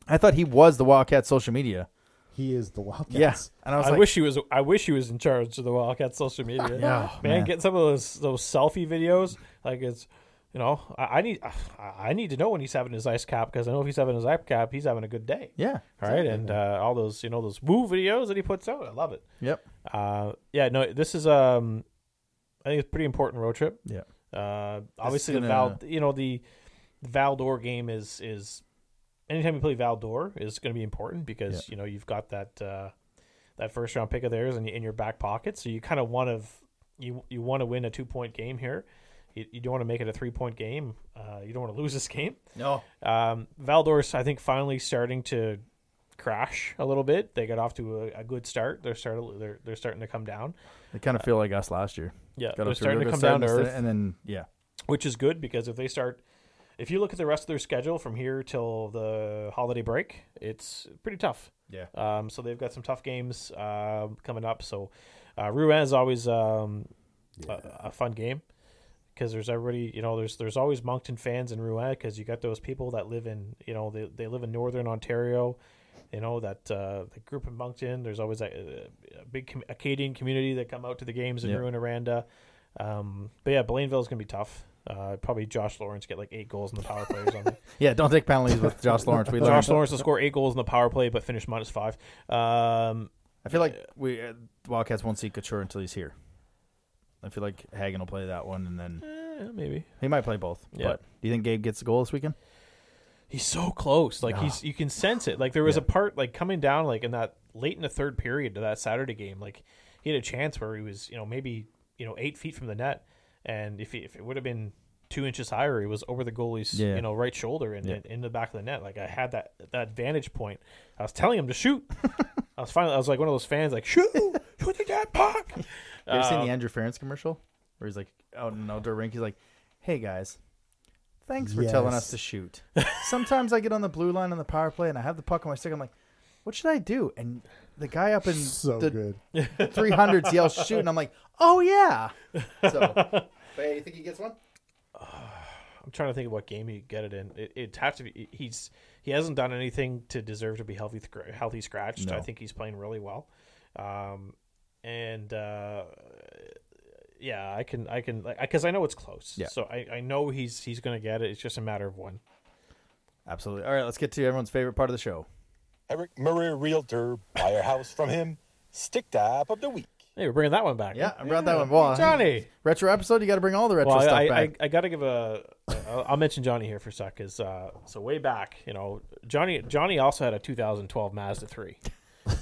Speaker 5: I thought he was the Wildcat social media.
Speaker 7: He is the Wildcats.
Speaker 5: Yeah. And
Speaker 6: I,
Speaker 5: I was like,
Speaker 6: wish he was. I wish he was in charge of the Wildcats social media.
Speaker 5: Yeah,
Speaker 6: man,
Speaker 5: man.
Speaker 6: get some of those those selfie videos. Like it's, you know, I, I need I I need to know when he's having his ice cap because I know if he's having his ice cap, he's having a good day.
Speaker 5: yeah.
Speaker 6: All right, and uh, all those you know those woo videos that he puts out, I love it.
Speaker 5: Yep.
Speaker 6: Uh, yeah, no, this is um, I think it's a pretty important road trip.
Speaker 5: Yeah.
Speaker 6: Uh, obviously the
Speaker 5: gonna-
Speaker 6: Val, you know the Valdor game is is anytime you play Valdor is going to be important because you know you've got that uh, that first round pick of theirs in, in your back pocket, so you kind of want to you you want to win a two point game here. You, you don't want to make it a three point game. Uh, you don't want to lose this game.
Speaker 5: No.
Speaker 6: Um, Valdor's, I think, finally starting to crash a little bit. They got off to a, a good start. They're starting. They're, they're starting to come down,
Speaker 5: They kind of feel like us last year.
Speaker 6: Yeah,
Speaker 5: Got
Speaker 6: they're
Speaker 5: up a
Speaker 6: starting
Speaker 5: real
Speaker 6: to
Speaker 5: good
Speaker 6: come
Speaker 5: start
Speaker 6: down to
Speaker 5: and
Speaker 6: earth.
Speaker 5: And then, yeah.
Speaker 6: which is good because if they start, if you look at the rest of their schedule from here till the holiday break, it's pretty tough.
Speaker 5: Yeah.
Speaker 6: Um, so they've got some tough games um coming up. So uh, Rouen is always um, a, a fun game because there's everybody you know there's there's always Moncton fans in Rouen because you got those people that live in you know they, they live in northern Ontario. You know that uh, the group in Moncton. There's always a, a big com- Acadian community that come out to the games in
Speaker 5: Yeah.
Speaker 6: Rouen, Aranda. Um, but yeah, Blainville's gonna be tough. Uh, probably Josh Lawrence get like eight goals in the power play or something.
Speaker 5: Yeah, don't take penalties with Josh Lawrence. We learned.
Speaker 6: Josh Lawrence will score eight goals in the power play, but finish minus five. Um,
Speaker 5: I feel like we uh, Wildcats won't see Couture until he's here. I feel like Hagen will play that one, and then
Speaker 6: eh, maybe
Speaker 5: he might play both.
Speaker 6: Yeah.
Speaker 5: But do you think Gabe gets the goal this weekend?
Speaker 6: he's so close. Like he's you can sense it. Like there was a part like coming down like in that late in the third period to that Saturday game. Like he had a chance where he was you know maybe you know eight feet from the net, and if he, if it would have been two inches higher, he was over the goalie's
Speaker 5: Yeah.
Speaker 6: you know right shoulder and and in the back of the net. Like I had that that vantage point. I was telling him to shoot. I was finally I was like one of those fans like shoot shoot the damn puck.
Speaker 5: You ever seen the Andrew Ference commercial where he's like, "Oh no, rink." He's like, "Hey guys." Thanks for telling us
Speaker 7: Yes.
Speaker 5: to shoot. Sometimes I get on the blue line on the power play and I have the puck on my stick. I'm like, what should I do? And the guy up in
Speaker 7: So
Speaker 5: the Oh.
Speaker 7: good.
Speaker 5: 300s yell shoot and i'm like oh yeah so but you think he gets one
Speaker 6: I'm trying to think of what game he get it in. It, it'd have to be he's he hasn't done anything to deserve to be healthy scr- healthy scratched. I think he's playing really well, um, and uh, yeah, I can I can because I know it's close.
Speaker 5: Yeah.
Speaker 6: So I, I know he's he's gonna get it. It's just a matter of when.
Speaker 5: absolutely all right let's get to everyone's favorite part of the show
Speaker 9: Eric Murray Realtor. Buy your house from him. Stick dab of the week.
Speaker 6: Hey, we're bringing that one back.
Speaker 5: Yeah, I brought that one. Well,
Speaker 6: Johnny.
Speaker 5: retro episode. You got to bring all the retro
Speaker 6: Well,
Speaker 5: stuff
Speaker 6: I, I, I,
Speaker 5: back.
Speaker 6: I got to give a. I'll I'll mention Johnny here for a sec. Is uh, so way back, you know, Johnny Johnny also had a 2012 Mazda 3,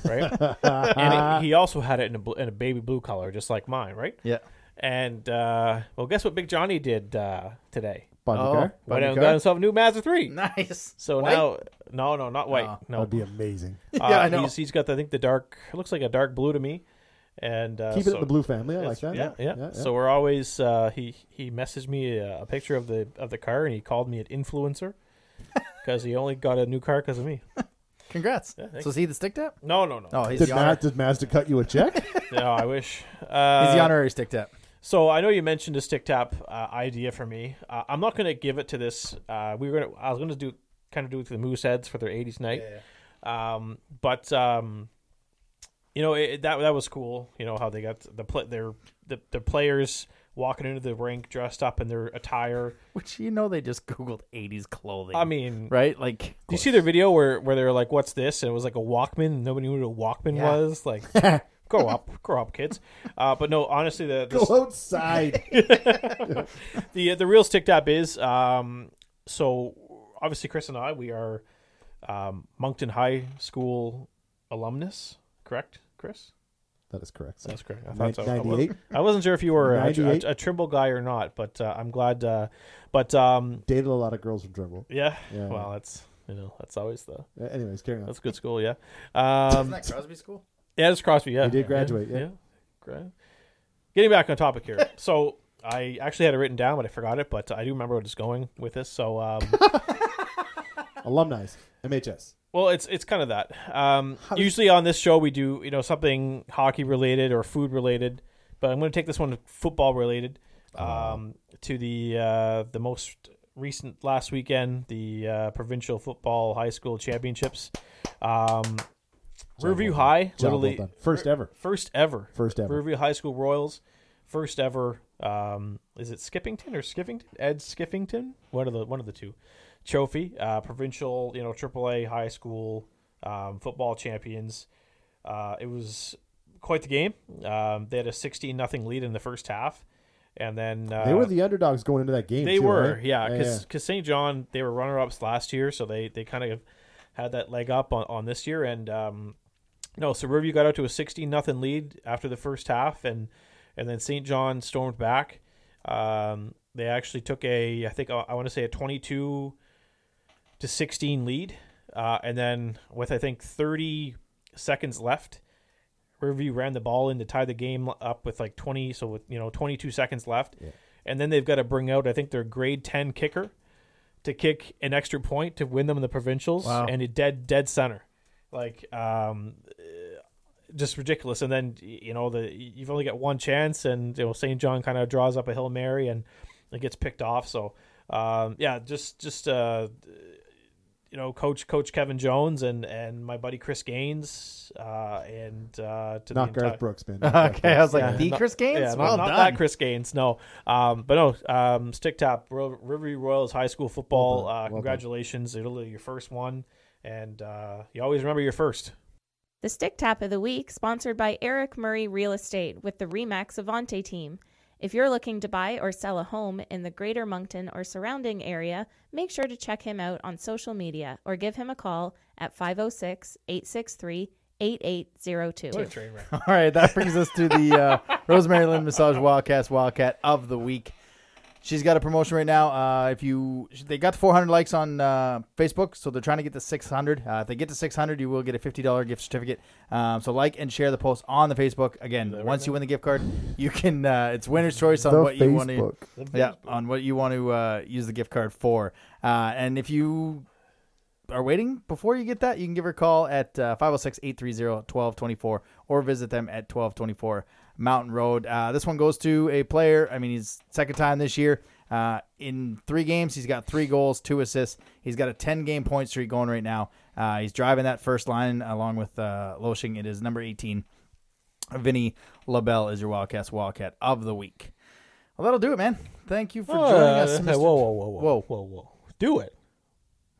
Speaker 6: right? and it- he also had it in a bl- in a baby blue color, just like mine, right?
Speaker 5: yeah.
Speaker 6: And uh, well, guess what? Big Johnny did uh, today.
Speaker 7: Buy the
Speaker 5: Oh,
Speaker 7: car.
Speaker 6: Went
Speaker 5: buy the
Speaker 6: out and
Speaker 5: car?
Speaker 6: got himself a new Mazda 3.
Speaker 5: Nice.
Speaker 6: So
Speaker 5: White?
Speaker 6: now, no, no, not white. no,
Speaker 7: That'd be amazing.
Speaker 6: Uh,
Speaker 5: Yeah, I know.
Speaker 6: He's, he's got, the- I think, the dark. It looks like a dark blue to me. And uh,
Speaker 7: Keep it
Speaker 6: so-
Speaker 7: in the blue family. I like that.
Speaker 6: yeah, yeah. So we're always uh, he he messaged me uh, a, a picture of the of the car, and he called me an influencer because he only got a new car because of me.
Speaker 5: Congrats. so is he the stick tap?
Speaker 6: No, no, no.
Speaker 5: No, he's
Speaker 7: did,
Speaker 5: the, honor-
Speaker 7: Ma- did Mazda cut you a check?
Speaker 6: no I wish.
Speaker 5: he's
Speaker 6: Uh,
Speaker 5: the honorary stick tap.
Speaker 6: so I know you mentioned a stick tap uh, idea for me. Uh, I'm not going to give it to this. Uh, we were gonna. I was going to do kind of do it to the Mooseheads for their '80s night. Um, but um, you know it, that that was cool. You know how they got the pl- their the, the players walking into the rink dressed up in their attire.
Speaker 5: Which you know they just googled '80s clothing.
Speaker 6: I mean,
Speaker 5: right? Like
Speaker 6: Do you see their video where where they were like, "What's this?" and it was like a Walkman. And nobody knew what a Walkman
Speaker 5: Yeah.
Speaker 6: was. Like, grow up, grow up, kids. Uh, but no, honestly, the
Speaker 7: Go
Speaker 6: the,
Speaker 7: outside.
Speaker 6: the the real stick tap is um, so obviously Chris and I we are um, Moncton High School alumnus, correct, Chris?
Speaker 7: that is correct.
Speaker 6: That's correct. I
Speaker 7: Nin-
Speaker 6: thought so. I wasn't-
Speaker 7: 98.
Speaker 6: I wasn't sure if you were a, a,
Speaker 7: 98?
Speaker 6: a Trimble guy or not, but uh, I'm glad. Uh, but um,
Speaker 7: Dated a lot of girls from Trimble.
Speaker 6: yeah,
Speaker 7: Yeah.
Speaker 6: well, that's you know that's always the
Speaker 7: Uh, Anyways, carry on.
Speaker 6: that's a good school, yeah. Um,
Speaker 5: that Crosby School?
Speaker 6: Yeah, it's Crosby. Yeah,
Speaker 7: He did graduate, yeah.
Speaker 6: Gra- Getting back on topic here. so I actually had it written down, but I forgot it. But I do remember what it's going with this. So, um,
Speaker 7: Alumni. MHS.
Speaker 6: well, it's it's kind of that. Um, usually on this show we do you know something hockey related or food related, but I'm going to take this one football related
Speaker 7: Oh.
Speaker 6: um, to the uh, the most recent last weekend, the uh, provincial football high school championships. Um, Riverview High,
Speaker 7: Job well
Speaker 6: literally
Speaker 7: done. First ever.
Speaker 6: First ever.
Speaker 7: First ever.
Speaker 6: Riverview High School Royals. First ever. Um, is it Skippington or Skiffington? Ed Skiffington. One of the one of the two. Trophy. Uh, provincial. You know, AAA high school um, football champions. Uh, it was quite the game. Um, they had a sixteen nothing lead in the first half, and then uh,
Speaker 7: They were the underdogs going into that game.
Speaker 6: they
Speaker 7: too,
Speaker 6: were,
Speaker 7: right?
Speaker 6: yeah, because St. John they were runner ups last year, so they they kind of had that leg up on, on this year. And um, no, so Riverview got out to a sixteen nothing lead after the first half, and and then St. John stormed back. Um, they actually took a I think I, I want to say a twenty two to sixteen lead, uh, and then with I think thirty seconds left. Riverview ran the ball in to tie the game up with like 20, so with you know 22 seconds left, and then they've got to bring out I think their grade 10 kicker to kick an extra point to win them in the provincials, and it dead dead center, like um, uh, just ridiculous. And then y- you know the you've only got one chance, and you know St. John kind of draws up a hail mary and it gets picked off. So um, yeah, just just uh, you know, coach coach Kevin Jones and and my buddy Chris Gaines uh, and uh, to
Speaker 7: Not
Speaker 6: the entire,
Speaker 7: Garth Brooks, man. Not Garth
Speaker 5: Okay, I was like
Speaker 6: yeah,
Speaker 5: the
Speaker 6: not-
Speaker 5: Chris Gaines.
Speaker 6: Yeah,
Speaker 5: well
Speaker 6: not, not
Speaker 5: done.
Speaker 6: that Chris Gaines. No, um, but no, um, stick tap Ro- Riverview Royals high school football. uh, congratulations, Italy, your first one, and uh, you always remember your first.
Speaker 9: The Stick Tap of the Week, sponsored by Eric Murray Real Estate with the Remax Avante team. If you're looking to buy or sell a home in the greater Moncton or surrounding area, make sure to check him out on social media or give him a call at 506 863 8802.
Speaker 6: Train wreck.
Speaker 5: All right, that brings us to the uh, Rosemary Lynn Massage Wildcats Wildcat of the week. She's got a promotion right now. Uh, if you, they got 400 likes on uh, Facebook, so they're trying to get to 600. Uh, if they get to 600, you will get a $50 gift certificate. Um, so like and share the post on the Facebook. Again, once you win the gift card, you can. Uh, it's winner's choice on
Speaker 7: The
Speaker 5: what you want to.
Speaker 7: Facebook.
Speaker 5: Yeah, on what you want to uh, use the gift card for. Uh, and if you are waiting before you get that, you can give her a call at uh, 506 830 1224 or visit them at 1224 Mountain Road. Uh, this one goes to a player. I mean, he's second time this year. Uh, in three games, he's got three goals, two assists. He's got a 10 game point streak going right now. Uh, he's driving that first line along with uh, Loshing. It is number 18. Vinny LaBelle is your Wildcats Wildcat of the week. Well, that'll do it, man. Thank you for joining us.
Speaker 6: whoa,
Speaker 5: Mr.
Speaker 6: Uh, whoa, whoa, whoa, whoa,
Speaker 5: Whoa.
Speaker 6: whoa, whoa! Do it.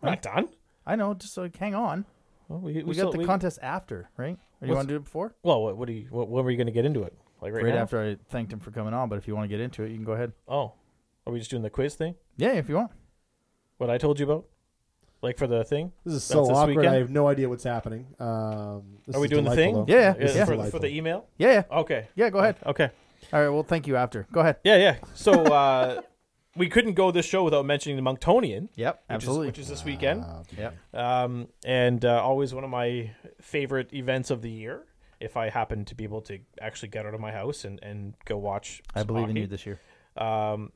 Speaker 6: We're not done.
Speaker 5: I know, just like hang on.
Speaker 6: Well,
Speaker 5: We got
Speaker 6: still-
Speaker 5: the contest after, right? Or you want to do it before?
Speaker 6: Well, what, what do you? What, when were you going to get into it? Like right,
Speaker 5: Right
Speaker 6: now?
Speaker 5: after I thanked him for coming on, but if you want to get into it, you can go ahead.
Speaker 6: Oh, are we just doing the quiz thing?
Speaker 5: Yeah, if you want.
Speaker 6: What I told you about? Like for the thing?
Speaker 7: This is
Speaker 6: That's
Speaker 7: so
Speaker 6: this
Speaker 7: awkward.
Speaker 6: weekend?
Speaker 7: I have no idea what's happening. Um, this
Speaker 6: Are we
Speaker 7: is
Speaker 6: doing the thing?
Speaker 7: delightful, though.
Speaker 5: Yeah, yeah,
Speaker 7: This is
Speaker 5: yeah.
Speaker 6: For, for the
Speaker 7: delightful.
Speaker 6: email.
Speaker 5: Yeah, yeah.
Speaker 6: Okay.
Speaker 5: Yeah, go ahead.
Speaker 6: Okay.
Speaker 5: All right, we'll thank you after. Go ahead.
Speaker 6: Yeah, yeah. So uh, we couldn't go this show without mentioning the Monctonian.
Speaker 5: Yep,
Speaker 6: which is-
Speaker 5: absolutely.
Speaker 6: which is this weekend.
Speaker 5: Yep.
Speaker 6: um, and uh, always one of my favorite events of the year. If I happen to be able to actually get out of my house and, and go watch,
Speaker 5: I
Speaker 6: some
Speaker 5: believe in
Speaker 6: hockey.
Speaker 5: you this year.
Speaker 6: Um,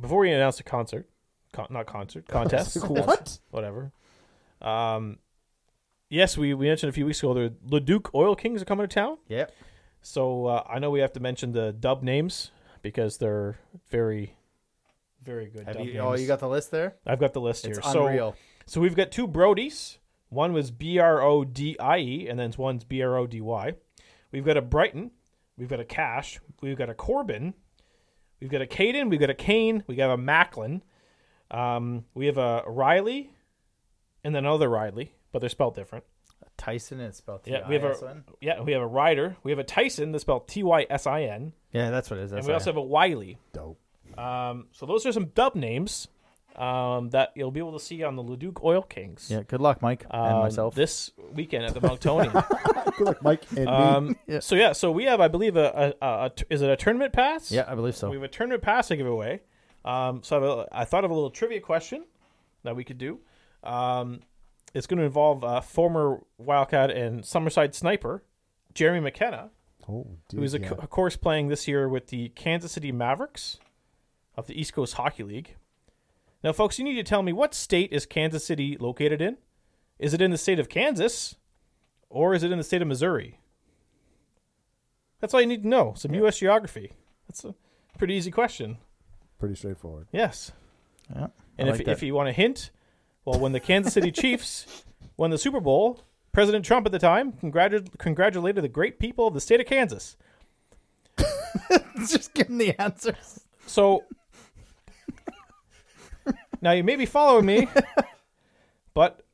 Speaker 6: before we announce the concert, con- not concert, contest,
Speaker 7: What?
Speaker 6: whatever. Um, yes, we, we mentioned a few weeks ago the Leduc Oil Kings are coming to town.
Speaker 5: Yep.
Speaker 6: So uh, I know we have to mention the dub names because they're very, very good.
Speaker 5: Have
Speaker 6: dub
Speaker 5: you,
Speaker 6: names.
Speaker 5: oh, you got the list there?
Speaker 6: I've got the list
Speaker 5: It's
Speaker 6: here. So-
Speaker 5: unreal.
Speaker 6: so we've got two Brodies. One was B R O D I E, and then one's B R O D Y. We've got a Brighton. We've got a Cash. We've got a Corbin. We've got a Caden. We've got a Kane. We have a Macklin. Um, we have a Riley, and then another Riley, but they're spelled different.
Speaker 5: Tyson is spelled
Speaker 6: Yeah, we have a
Speaker 5: T-I-S-O-N.
Speaker 6: yeah, we have a Ryder. We have a Tyson that's spelled T Y S I N,
Speaker 5: Yeah, that's what it is.
Speaker 6: and
Speaker 5: That's
Speaker 6: we also have a Wiley.
Speaker 7: Dope.
Speaker 6: Um, so those are some dub names um, that you'll be able to see on the Leduc Oil Kings.
Speaker 5: yeah, good luck, Mike and
Speaker 6: um,
Speaker 5: myself.
Speaker 6: this weekend at the Monctonian.
Speaker 7: Good luck, Mike and me.
Speaker 6: um,
Speaker 5: Yeah.
Speaker 6: So yeah, so we have, I believe, a, a, a, a t- is it a tournament pass?
Speaker 5: yeah, I believe so.
Speaker 6: we have a tournament pass to give away. Um, so I, have a, I thought of a little trivia question that we could do. Um, it's going to involve uh, former Wildcat and Summerside sniper Jeremy McKenna,
Speaker 7: Oh, dude,
Speaker 6: who is of
Speaker 7: yeah.
Speaker 6: co- of course playing this year with the Kansas City Mavericks of the East Coast Hockey League. Now, folks, you need to tell me what state is Kansas City located in? Is it in the state of Kansas, or is it in the state of Missouri? That's all you need to know. Some U.S. geography. That's a pretty easy question.
Speaker 7: pretty straightforward.
Speaker 6: Yes.
Speaker 5: Yeah,
Speaker 6: And
Speaker 5: I
Speaker 6: if,
Speaker 5: like
Speaker 6: if
Speaker 5: that.
Speaker 6: you want a hint, well, when the Kansas City Chiefs won the Super Bowl, President Trump at the time congratu- congratulated the great people of the state of Kansas.
Speaker 5: just give him the answers.
Speaker 6: So now you may be following me, but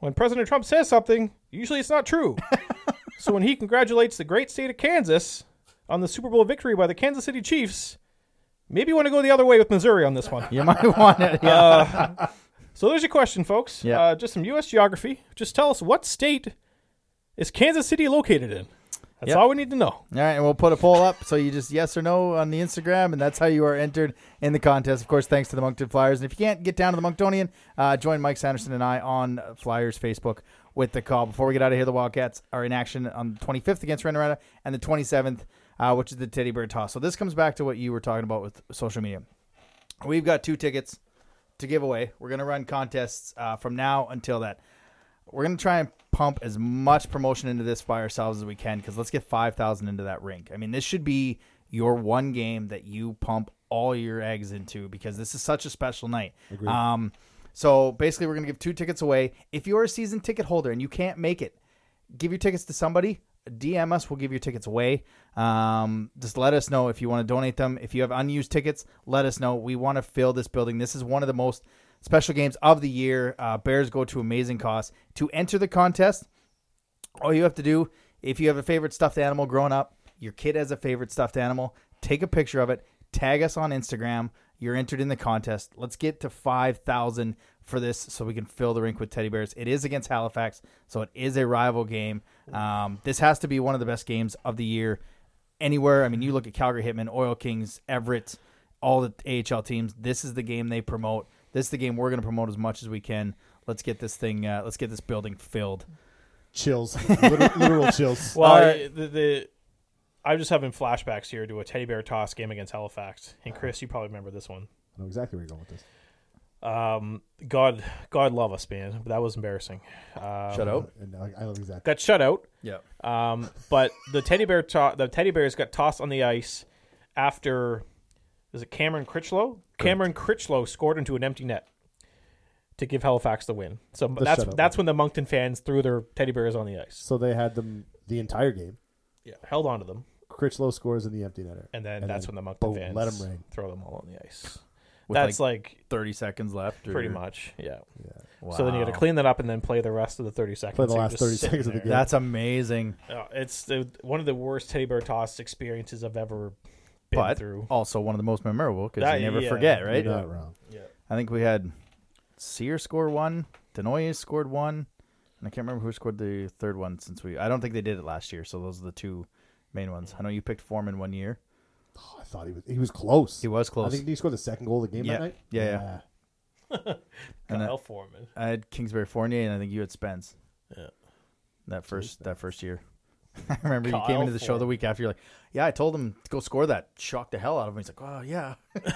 Speaker 6: when President Trump says something, usually it's not true. so when he congratulates the great state of Kansas on the Super Bowl victory by the Kansas City Chiefs, maybe you want to go the other way with Missouri on this one.
Speaker 5: You might want it. Yeah.
Speaker 6: So there's your question, folks.
Speaker 5: Yeah.
Speaker 6: Uh, just some U.S. geography. Just tell us what state is Kansas City located in. That's
Speaker 5: Yep.
Speaker 6: all we need to know.
Speaker 5: All right, and we'll put a poll up. So you just yes or no on the Instagram, and that's how you are entered in the contest. Of course, thanks to the Moncton Flyers. And if you can't get down to the Monctonian, uh, join Mike Sanderson and I on Flyers Facebook with the call. Before we get out of here, the Wildcats are in action on the 25th against Rennerata and the 27th, uh, which is the Teddy Bear Toss. So this comes back to what you were talking about with social media. We've got two tickets to give away. We're going to run contests uh, from now until that we're gonna try and pump as much promotion into this by ourselves as we can because let's get five thousand into that rink. I mean, this should be your one game that you pump all your eggs into because this is such a special night. Um, so basically, we're gonna give two tickets away. If you're a season ticket holder and you can't make it, give your tickets to somebody. DM us. We'll give your tickets away. Um, just let us know if you want to donate them. If you have unused tickets, let us know. We want to fill this building. This is one of the most special games of the year. Uh, Bears go to amazing costs. To enter the contest, all you have to do, if you have a favorite stuffed animal growing up, your kid has a favorite stuffed animal, take a picture of it, tag us on Instagram. You're entered in the contest. Let's get to 5,000 for this so we can fill the rink with teddy bears. It is against Halifax, so it is a rival game. Um, this has to be one of the best games of the year anywhere. I mean, you look at Calgary Hitmen, Oil Kings, Everett, all the AHL teams. This is the game they promote. This is the game we're going to promote as much as we can. Let's get this thing, uh, let's get this building filled.
Speaker 7: Chills, literal, literal chills.
Speaker 6: Well,
Speaker 5: All
Speaker 6: I- the, the I'm just having flashbacks here to a teddy bear toss game against Halifax. And Chris, you probably remember this one.
Speaker 7: I know exactly where you're going with this.
Speaker 6: Um, God, God love us, man. But that was embarrassing. Um,
Speaker 5: Shut up.
Speaker 7: Uh, And I, I love exactly.
Speaker 6: Got shut out.
Speaker 5: Yeah.
Speaker 6: Um, but the teddy bear to- the teddy bears got tossed on the ice after is it Cameron Critchlow? Cameron Critchlow scored into an empty net to give Halifax the win. So that's
Speaker 7: shutout
Speaker 6: that's when the Moncton fans threw their teddy bears on the ice.
Speaker 7: So they had them the entire game.
Speaker 6: Yeah, held onto them,
Speaker 7: Critchlow scores in the empty netter.
Speaker 6: and then
Speaker 7: And
Speaker 6: that's
Speaker 7: then
Speaker 6: when the Moncton
Speaker 7: boom,
Speaker 6: fans
Speaker 7: let 'em rain.
Speaker 6: throw them all on the ice.
Speaker 5: With
Speaker 6: That's like,
Speaker 5: 30 seconds left. Or...
Speaker 6: pretty much, yeah.
Speaker 5: Wow.
Speaker 6: So then you got to clean that up and then play the rest of the thirty seconds.
Speaker 7: Play the
Speaker 6: So you're
Speaker 7: last
Speaker 6: just
Speaker 7: 30
Speaker 6: sitting
Speaker 7: seconds of the
Speaker 6: there.
Speaker 7: game.
Speaker 5: That's amazing.
Speaker 6: Uh, it's the, one of the worst teddy bear toss experiences I've ever been
Speaker 5: But
Speaker 6: through.
Speaker 5: also one of the most memorable because
Speaker 6: That-
Speaker 5: you never
Speaker 6: yeah.
Speaker 5: forget, right?
Speaker 7: You're not wrong.
Speaker 5: I think we had Sear score one, Denoye scored one, and I can't remember who scored the third one since we. I don't think they did it last year, so those are the two main ones. I know you picked Foreman one year.
Speaker 7: I thought he was he was close.
Speaker 5: He was close.
Speaker 7: I think he scored the second goal of the game
Speaker 5: Yeah.
Speaker 7: that night.
Speaker 5: Yeah, yeah. and
Speaker 6: Kyle
Speaker 5: I,
Speaker 6: Foreman.
Speaker 5: I had Kingsbury Fournier, and I think you had Spence.
Speaker 6: Yeah.
Speaker 5: That first that first year. I remember you came
Speaker 6: Kyle
Speaker 5: into the show the
Speaker 6: Foreman.
Speaker 5: week after. You're like, "Yeah, I told him to go score that." Shocked the hell out of him. He's like, "Oh yeah."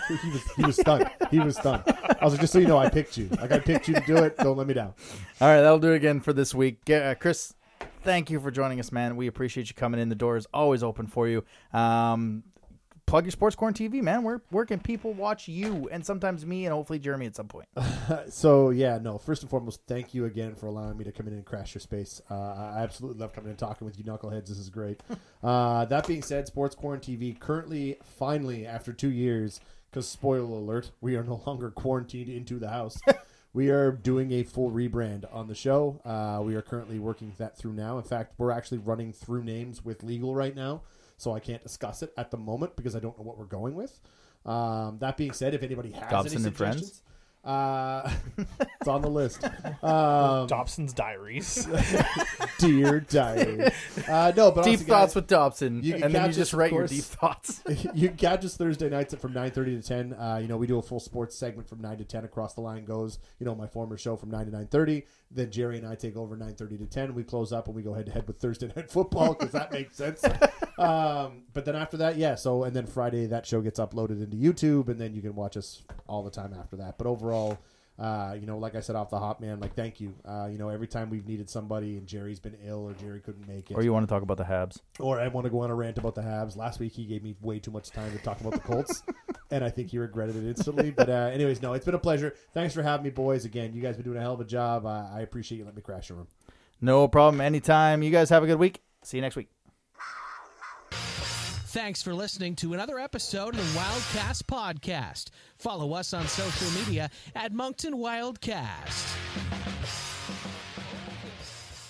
Speaker 7: he was he was stunned. He was stunned. I was like, just so you know, I picked you. Like I picked you to do it. Don't let me down.
Speaker 5: All right, that'll do it again for this week. Ge- Uh, Chris, thank you for joining us, man. We appreciate you coming in. The door is always open for you. Um, plug your sports corn TV, man. Where where can people watch you and sometimes me and hopefully Jeremy at some point?
Speaker 7: So yeah, no. First and foremost, thank you again for allowing me to come in and crash your space. Uh, I absolutely love coming and talking with you, knuckleheads. This is great. uh, that being said, Sports Quarantine TV currently, finally, after two years, because spoiler alert, we are no longer quarantined into the house. we are doing a full rebrand on the show. Uh, we are currently working that through now. In fact, we're actually running through names with legal right now, so I can't discuss it at the moment because I don't know what we're going with. Um, that being said, if anybody has
Speaker 5: Dobson
Speaker 7: any
Speaker 5: and Friends?
Speaker 7: suggestions, uh, it's on the list. Um,
Speaker 6: Dobson's Diaries.
Speaker 7: dear diary. Uh, no, but
Speaker 5: Deep
Speaker 7: honestly,
Speaker 5: thoughts
Speaker 7: guys,
Speaker 5: with Dobson,
Speaker 7: you can
Speaker 5: and then you
Speaker 7: catch us,
Speaker 5: just
Speaker 7: of
Speaker 5: write your
Speaker 7: course.
Speaker 5: deep thoughts.
Speaker 7: you can catch us Thursday nights at from nine thirty to ten. Uh, you know, we do a full sports segment from nine to ten. Across the line goes, you know, my former show from nine to nine thirty. Then Jerry and I take over nine thirty to ten. We close up and we go head to head with Thursday night football because that makes sense. Um, but then after that, yeah. So and then Friday that show gets uploaded into YouTube, and then you can watch us all the time after that. But overall. Uh, you know, like I said off the hop, man. Like, thank you. Uh, you know, every time we've needed somebody, and Jerry's been ill, or Jerry couldn't make it,
Speaker 5: or you want to talk about the Habs?
Speaker 7: or I want to go on a rant about the Habs. Last week he gave me way too much time to talk about the Colts, and I think he regretted it instantly. But uh, anyways, no, it's been a pleasure. Thanks for having me, boys. Again, you guys been doing a hell of a job. Uh, I appreciate you letting me crash your room.
Speaker 5: No problem. Anytime. You guys have a good week. See you next week.
Speaker 1: Thanks for listening to another episode of the Wildcast Podcast. Follow us on social media at Moncton Wildcast.